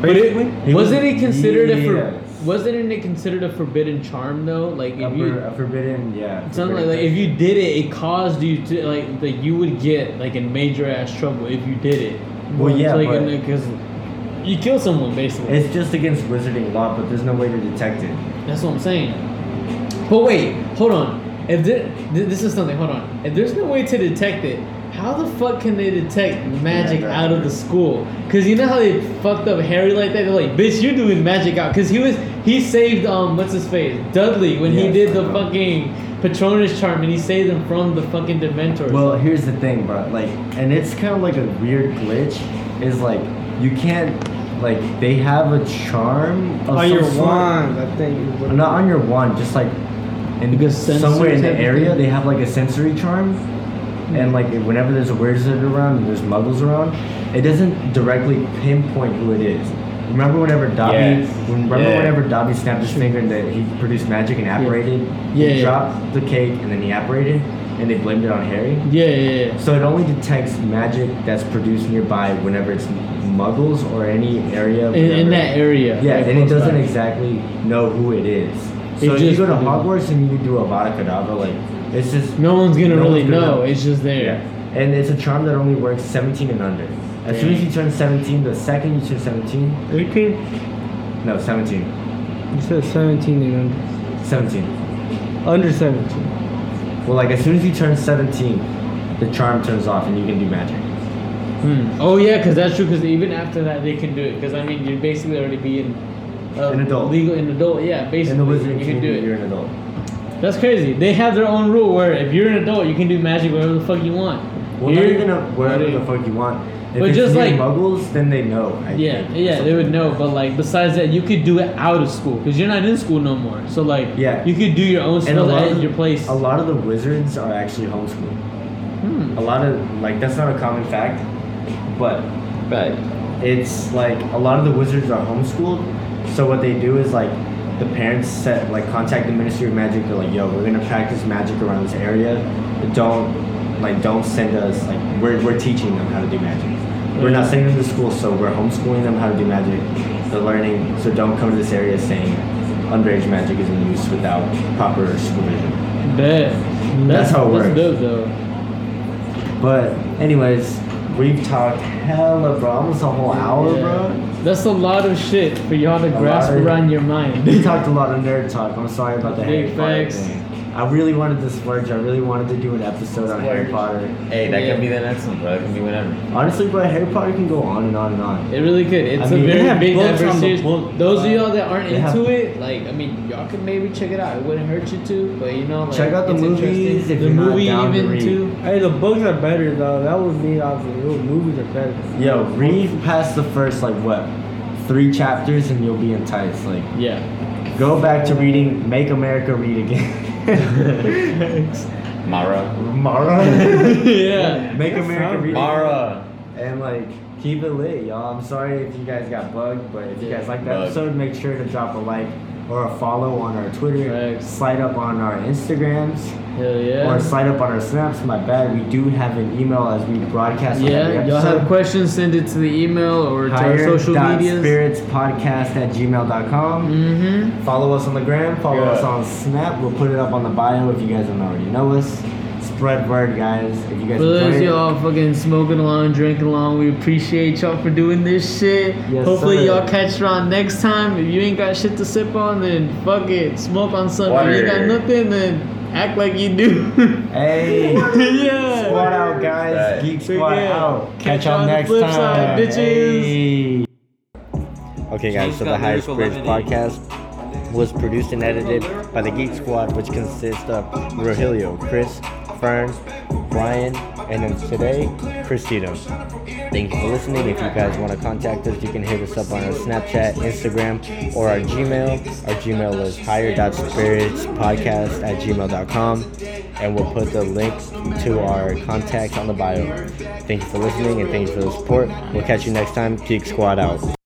[SPEAKER 3] But it-
[SPEAKER 8] Basically?
[SPEAKER 2] He was-
[SPEAKER 3] wasn't it considered a for,
[SPEAKER 2] Yes.
[SPEAKER 3] wasn't it considered a forbidden charm though? Like if
[SPEAKER 2] a,
[SPEAKER 3] you
[SPEAKER 2] for- a forbidden, yeah.
[SPEAKER 3] something like,
[SPEAKER 2] forbidden
[SPEAKER 3] like if you did it, it caused you to like that you would get like in major ass trouble if you did it.
[SPEAKER 2] Well, yeah,
[SPEAKER 3] like
[SPEAKER 2] but-
[SPEAKER 3] because you kill someone basically.
[SPEAKER 2] It's just against wizarding law, but there's no way to detect it.
[SPEAKER 3] That's what I'm saying. But wait, hold on. If there, th- this is something, hold on. If there's no way to detect it, how the fuck can they detect magic
[SPEAKER 2] Yeah,
[SPEAKER 3] out of the school? Cause you know how they fucked up Harry like that. They're like, "Bitch, you're doing magic out." Cause he was he saved um what's his face Dudley when he
[SPEAKER 2] Yes,
[SPEAKER 3] did
[SPEAKER 2] I
[SPEAKER 3] the
[SPEAKER 2] know.
[SPEAKER 3] fucking Patronus charm and he saved him from the fucking Dementors.
[SPEAKER 2] Well, here's the thing, bro. Like, and it's kind of like a weird glitch. Is like you can't like they have a charm of
[SPEAKER 8] On
[SPEAKER 2] some
[SPEAKER 8] your
[SPEAKER 2] sort.
[SPEAKER 8] wand, I think. is what-
[SPEAKER 2] not on your wand, just like in
[SPEAKER 3] Because
[SPEAKER 2] somewhere in
[SPEAKER 3] sensors
[SPEAKER 2] the
[SPEAKER 3] have-
[SPEAKER 2] area they have like a sensory charm.
[SPEAKER 3] Hmm.
[SPEAKER 2] And like whenever there's a wizard around and there's muggles around, it doesn't directly pinpoint who it is. Remember whenever Dobby,
[SPEAKER 1] Yes.
[SPEAKER 2] when- remember
[SPEAKER 1] Yeah.
[SPEAKER 2] whenever Dobby snapped his finger and that he produced magic and apparated.
[SPEAKER 3] Yeah,
[SPEAKER 2] He
[SPEAKER 3] yeah.
[SPEAKER 2] dropped the cake and then he apparated, and they blamed it on Harry.
[SPEAKER 3] yeah, yeah, yeah.
[SPEAKER 2] So it only detects magic that's produced nearby whenever it's muggles or any area.
[SPEAKER 3] In, in
[SPEAKER 2] whenever-
[SPEAKER 3] that area.
[SPEAKER 2] Yeah,
[SPEAKER 3] like,
[SPEAKER 2] and it
[SPEAKER 3] close
[SPEAKER 2] doesn't
[SPEAKER 3] by.
[SPEAKER 2] exactly know who it is. So
[SPEAKER 3] It
[SPEAKER 2] if you
[SPEAKER 3] just-
[SPEAKER 2] go to Hogwarts and you do Avada Kedavra, like it's just
[SPEAKER 3] No one's gonna
[SPEAKER 2] no
[SPEAKER 3] really
[SPEAKER 2] one's gonna
[SPEAKER 3] know.
[SPEAKER 2] know.
[SPEAKER 3] It's just there.
[SPEAKER 2] yeah. And it's a charm that only works 17 and under. As soon as you turn 17, the second you turn 17,
[SPEAKER 8] Eighteen?
[SPEAKER 2] no 17,
[SPEAKER 8] You said seventeen and under.
[SPEAKER 2] 17.
[SPEAKER 8] Under seventeen.
[SPEAKER 2] Well, like as soon as you turn 17, the charm turns off and you can do magic.
[SPEAKER 3] Hmm. Oh yeah, because that's true. Because even after that, they can do it. Because I mean, you're basically already being uh,
[SPEAKER 2] An adult.
[SPEAKER 3] legal, an adult. Yeah,
[SPEAKER 2] In the
[SPEAKER 3] basically,
[SPEAKER 2] wizarding
[SPEAKER 3] you can
[SPEAKER 2] community,
[SPEAKER 3] do
[SPEAKER 2] you're
[SPEAKER 3] it.
[SPEAKER 2] an adult.
[SPEAKER 3] That's crazy. They have their own rule where if you're an adult, you can do magic wherever the fuck you want.
[SPEAKER 2] Well,
[SPEAKER 3] you're,
[SPEAKER 2] not even a, wherever
[SPEAKER 3] you're-
[SPEAKER 2] the fuck you want. If
[SPEAKER 3] But
[SPEAKER 2] it's
[SPEAKER 3] just
[SPEAKER 2] near
[SPEAKER 3] like-
[SPEAKER 2] Muggles, then they know. I
[SPEAKER 3] Yeah,
[SPEAKER 2] think, or
[SPEAKER 3] yeah, they
[SPEAKER 2] something.
[SPEAKER 3] would know. But like, besides that, you could do it out of school because you're not in school no more. So like,
[SPEAKER 2] Yeah.
[SPEAKER 3] you could do your own
[SPEAKER 2] And a
[SPEAKER 3] spells
[SPEAKER 2] lot
[SPEAKER 3] at
[SPEAKER 2] of
[SPEAKER 3] your place.
[SPEAKER 2] A lot of the wizards are actually homeschooled.
[SPEAKER 3] Hmm.
[SPEAKER 2] A lot of like that's not a common fact, but
[SPEAKER 1] Right.
[SPEAKER 2] it's like a lot of the wizards are homeschooled. So what they do is like the parents set like contact the Ministry of Magic. They're like, "Yo, we're gonna practice magic around this area. But don't like don't send us like we're we're teaching them how to do magic. We're not sending them to school, so we're homeschooling them how to do magic. They're learning, so don't come to this area saying underage magic is in use without proper supervision."
[SPEAKER 3] Bet.
[SPEAKER 2] That's how it
[SPEAKER 3] that's
[SPEAKER 2] works.
[SPEAKER 3] dope though.
[SPEAKER 2] But anyways, we've talked hella, bro. Almost a whole hour,
[SPEAKER 3] Yeah.
[SPEAKER 2] bro.
[SPEAKER 3] That's a lot of shit for y'all to
[SPEAKER 2] lot
[SPEAKER 3] grasp
[SPEAKER 2] of-
[SPEAKER 3] around your mind. <laughs>
[SPEAKER 2] We talked a lot of nerd talk. I'm sorry about the
[SPEAKER 3] Big
[SPEAKER 2] Harry Potter
[SPEAKER 3] facts.
[SPEAKER 2] thing. I really wanted to splurge. I really wanted to do an episode on Harry
[SPEAKER 1] Splurge.
[SPEAKER 2] Potter.
[SPEAKER 1] Hey, that
[SPEAKER 3] Yeah.
[SPEAKER 1] can be the next one, bro. It can be whenever.
[SPEAKER 2] Honestly, bro, Harry Potter can go on and on and on.
[SPEAKER 3] It really could. It's
[SPEAKER 2] I
[SPEAKER 3] a
[SPEAKER 2] mean, they
[SPEAKER 3] very
[SPEAKER 2] have
[SPEAKER 3] big
[SPEAKER 2] books
[SPEAKER 3] diverse
[SPEAKER 2] on the
[SPEAKER 3] series.
[SPEAKER 2] book,
[SPEAKER 3] Those of
[SPEAKER 2] uh,
[SPEAKER 3] y'all that aren't
[SPEAKER 2] they
[SPEAKER 3] into
[SPEAKER 2] have-
[SPEAKER 3] it, like I mean, y'all could maybe check it out. It wouldn't hurt you to, but you know, like,
[SPEAKER 2] Check out the
[SPEAKER 3] it's
[SPEAKER 2] movies
[SPEAKER 3] interesting.
[SPEAKER 2] if
[SPEAKER 3] the
[SPEAKER 2] you're not
[SPEAKER 3] movie
[SPEAKER 2] down to
[SPEAKER 3] even
[SPEAKER 2] read.
[SPEAKER 3] too.
[SPEAKER 8] Hey, the books are better though. That was me obviously. The movies are better.
[SPEAKER 2] Yo, read past the first like what, three chapters, and you'll be enticed. Like,
[SPEAKER 3] Yeah. <laughs>
[SPEAKER 2] go back to reading. Make America read <laughs> again.
[SPEAKER 1] Mara.
[SPEAKER 2] Mara.
[SPEAKER 3] yeah. <laughs>
[SPEAKER 2] Make America read. again.
[SPEAKER 1] Mara.
[SPEAKER 2] And like, Keep it lit, y'all. I'm sorry if you guys got bugged, but if you guys like the
[SPEAKER 1] Bugged.
[SPEAKER 2] episode, make sure to drop a like or a follow on our Twitter,
[SPEAKER 3] Facts.
[SPEAKER 2] slide up on our Instagrams,
[SPEAKER 3] Hell yeah.
[SPEAKER 2] or slide up on our snaps. My bad, we do have an email as we broadcast. on every
[SPEAKER 3] yeah, y'all
[SPEAKER 2] episode.
[SPEAKER 3] have questions, send it to the email or to our social medias.
[SPEAKER 2] Spiritspodcast at gmail.com.
[SPEAKER 3] Mm-hmm.
[SPEAKER 2] Follow us on the gram. Follow
[SPEAKER 1] Yeah.
[SPEAKER 2] us on Snap. We'll put it up on the bio if you guys don't already know us. Spread word, guys. If you guys
[SPEAKER 3] For those
[SPEAKER 2] enjoy it,
[SPEAKER 3] y'all fucking smoking along, drinking along, we appreciate y'all for doing this shit.
[SPEAKER 2] Yes,
[SPEAKER 3] Hopefully
[SPEAKER 2] sir.
[SPEAKER 3] y'all catch around next time. If you ain't got shit to sip on, then fuck it. Smoke on Sunday. If you ain't
[SPEAKER 1] Water.
[SPEAKER 3] got nothing, then act like you do. <laughs>
[SPEAKER 2] hey,
[SPEAKER 3] yeah.
[SPEAKER 2] squad out, guys.
[SPEAKER 1] Right.
[SPEAKER 2] Geek squad
[SPEAKER 3] Yeah.
[SPEAKER 2] out.
[SPEAKER 3] Catch y'all on the flip side, bitches.
[SPEAKER 2] Hey. Okay, guys. So the Higher Spirits podcast was produced and edited by the Geek Squad, which consists of Rogelio, Chris, Fern, Brian, and then today, Christina. Thank you for listening. If you guys want to contact us, you can hit us up on our Snapchat, Instagram, or our Gmail. Our Gmail is higher.spiritspodcast at gmail.com, and we'll put the link to our contacts on the bio. Thank you for listening, and thank you for the support. We'll catch you next time. Geek Squad out.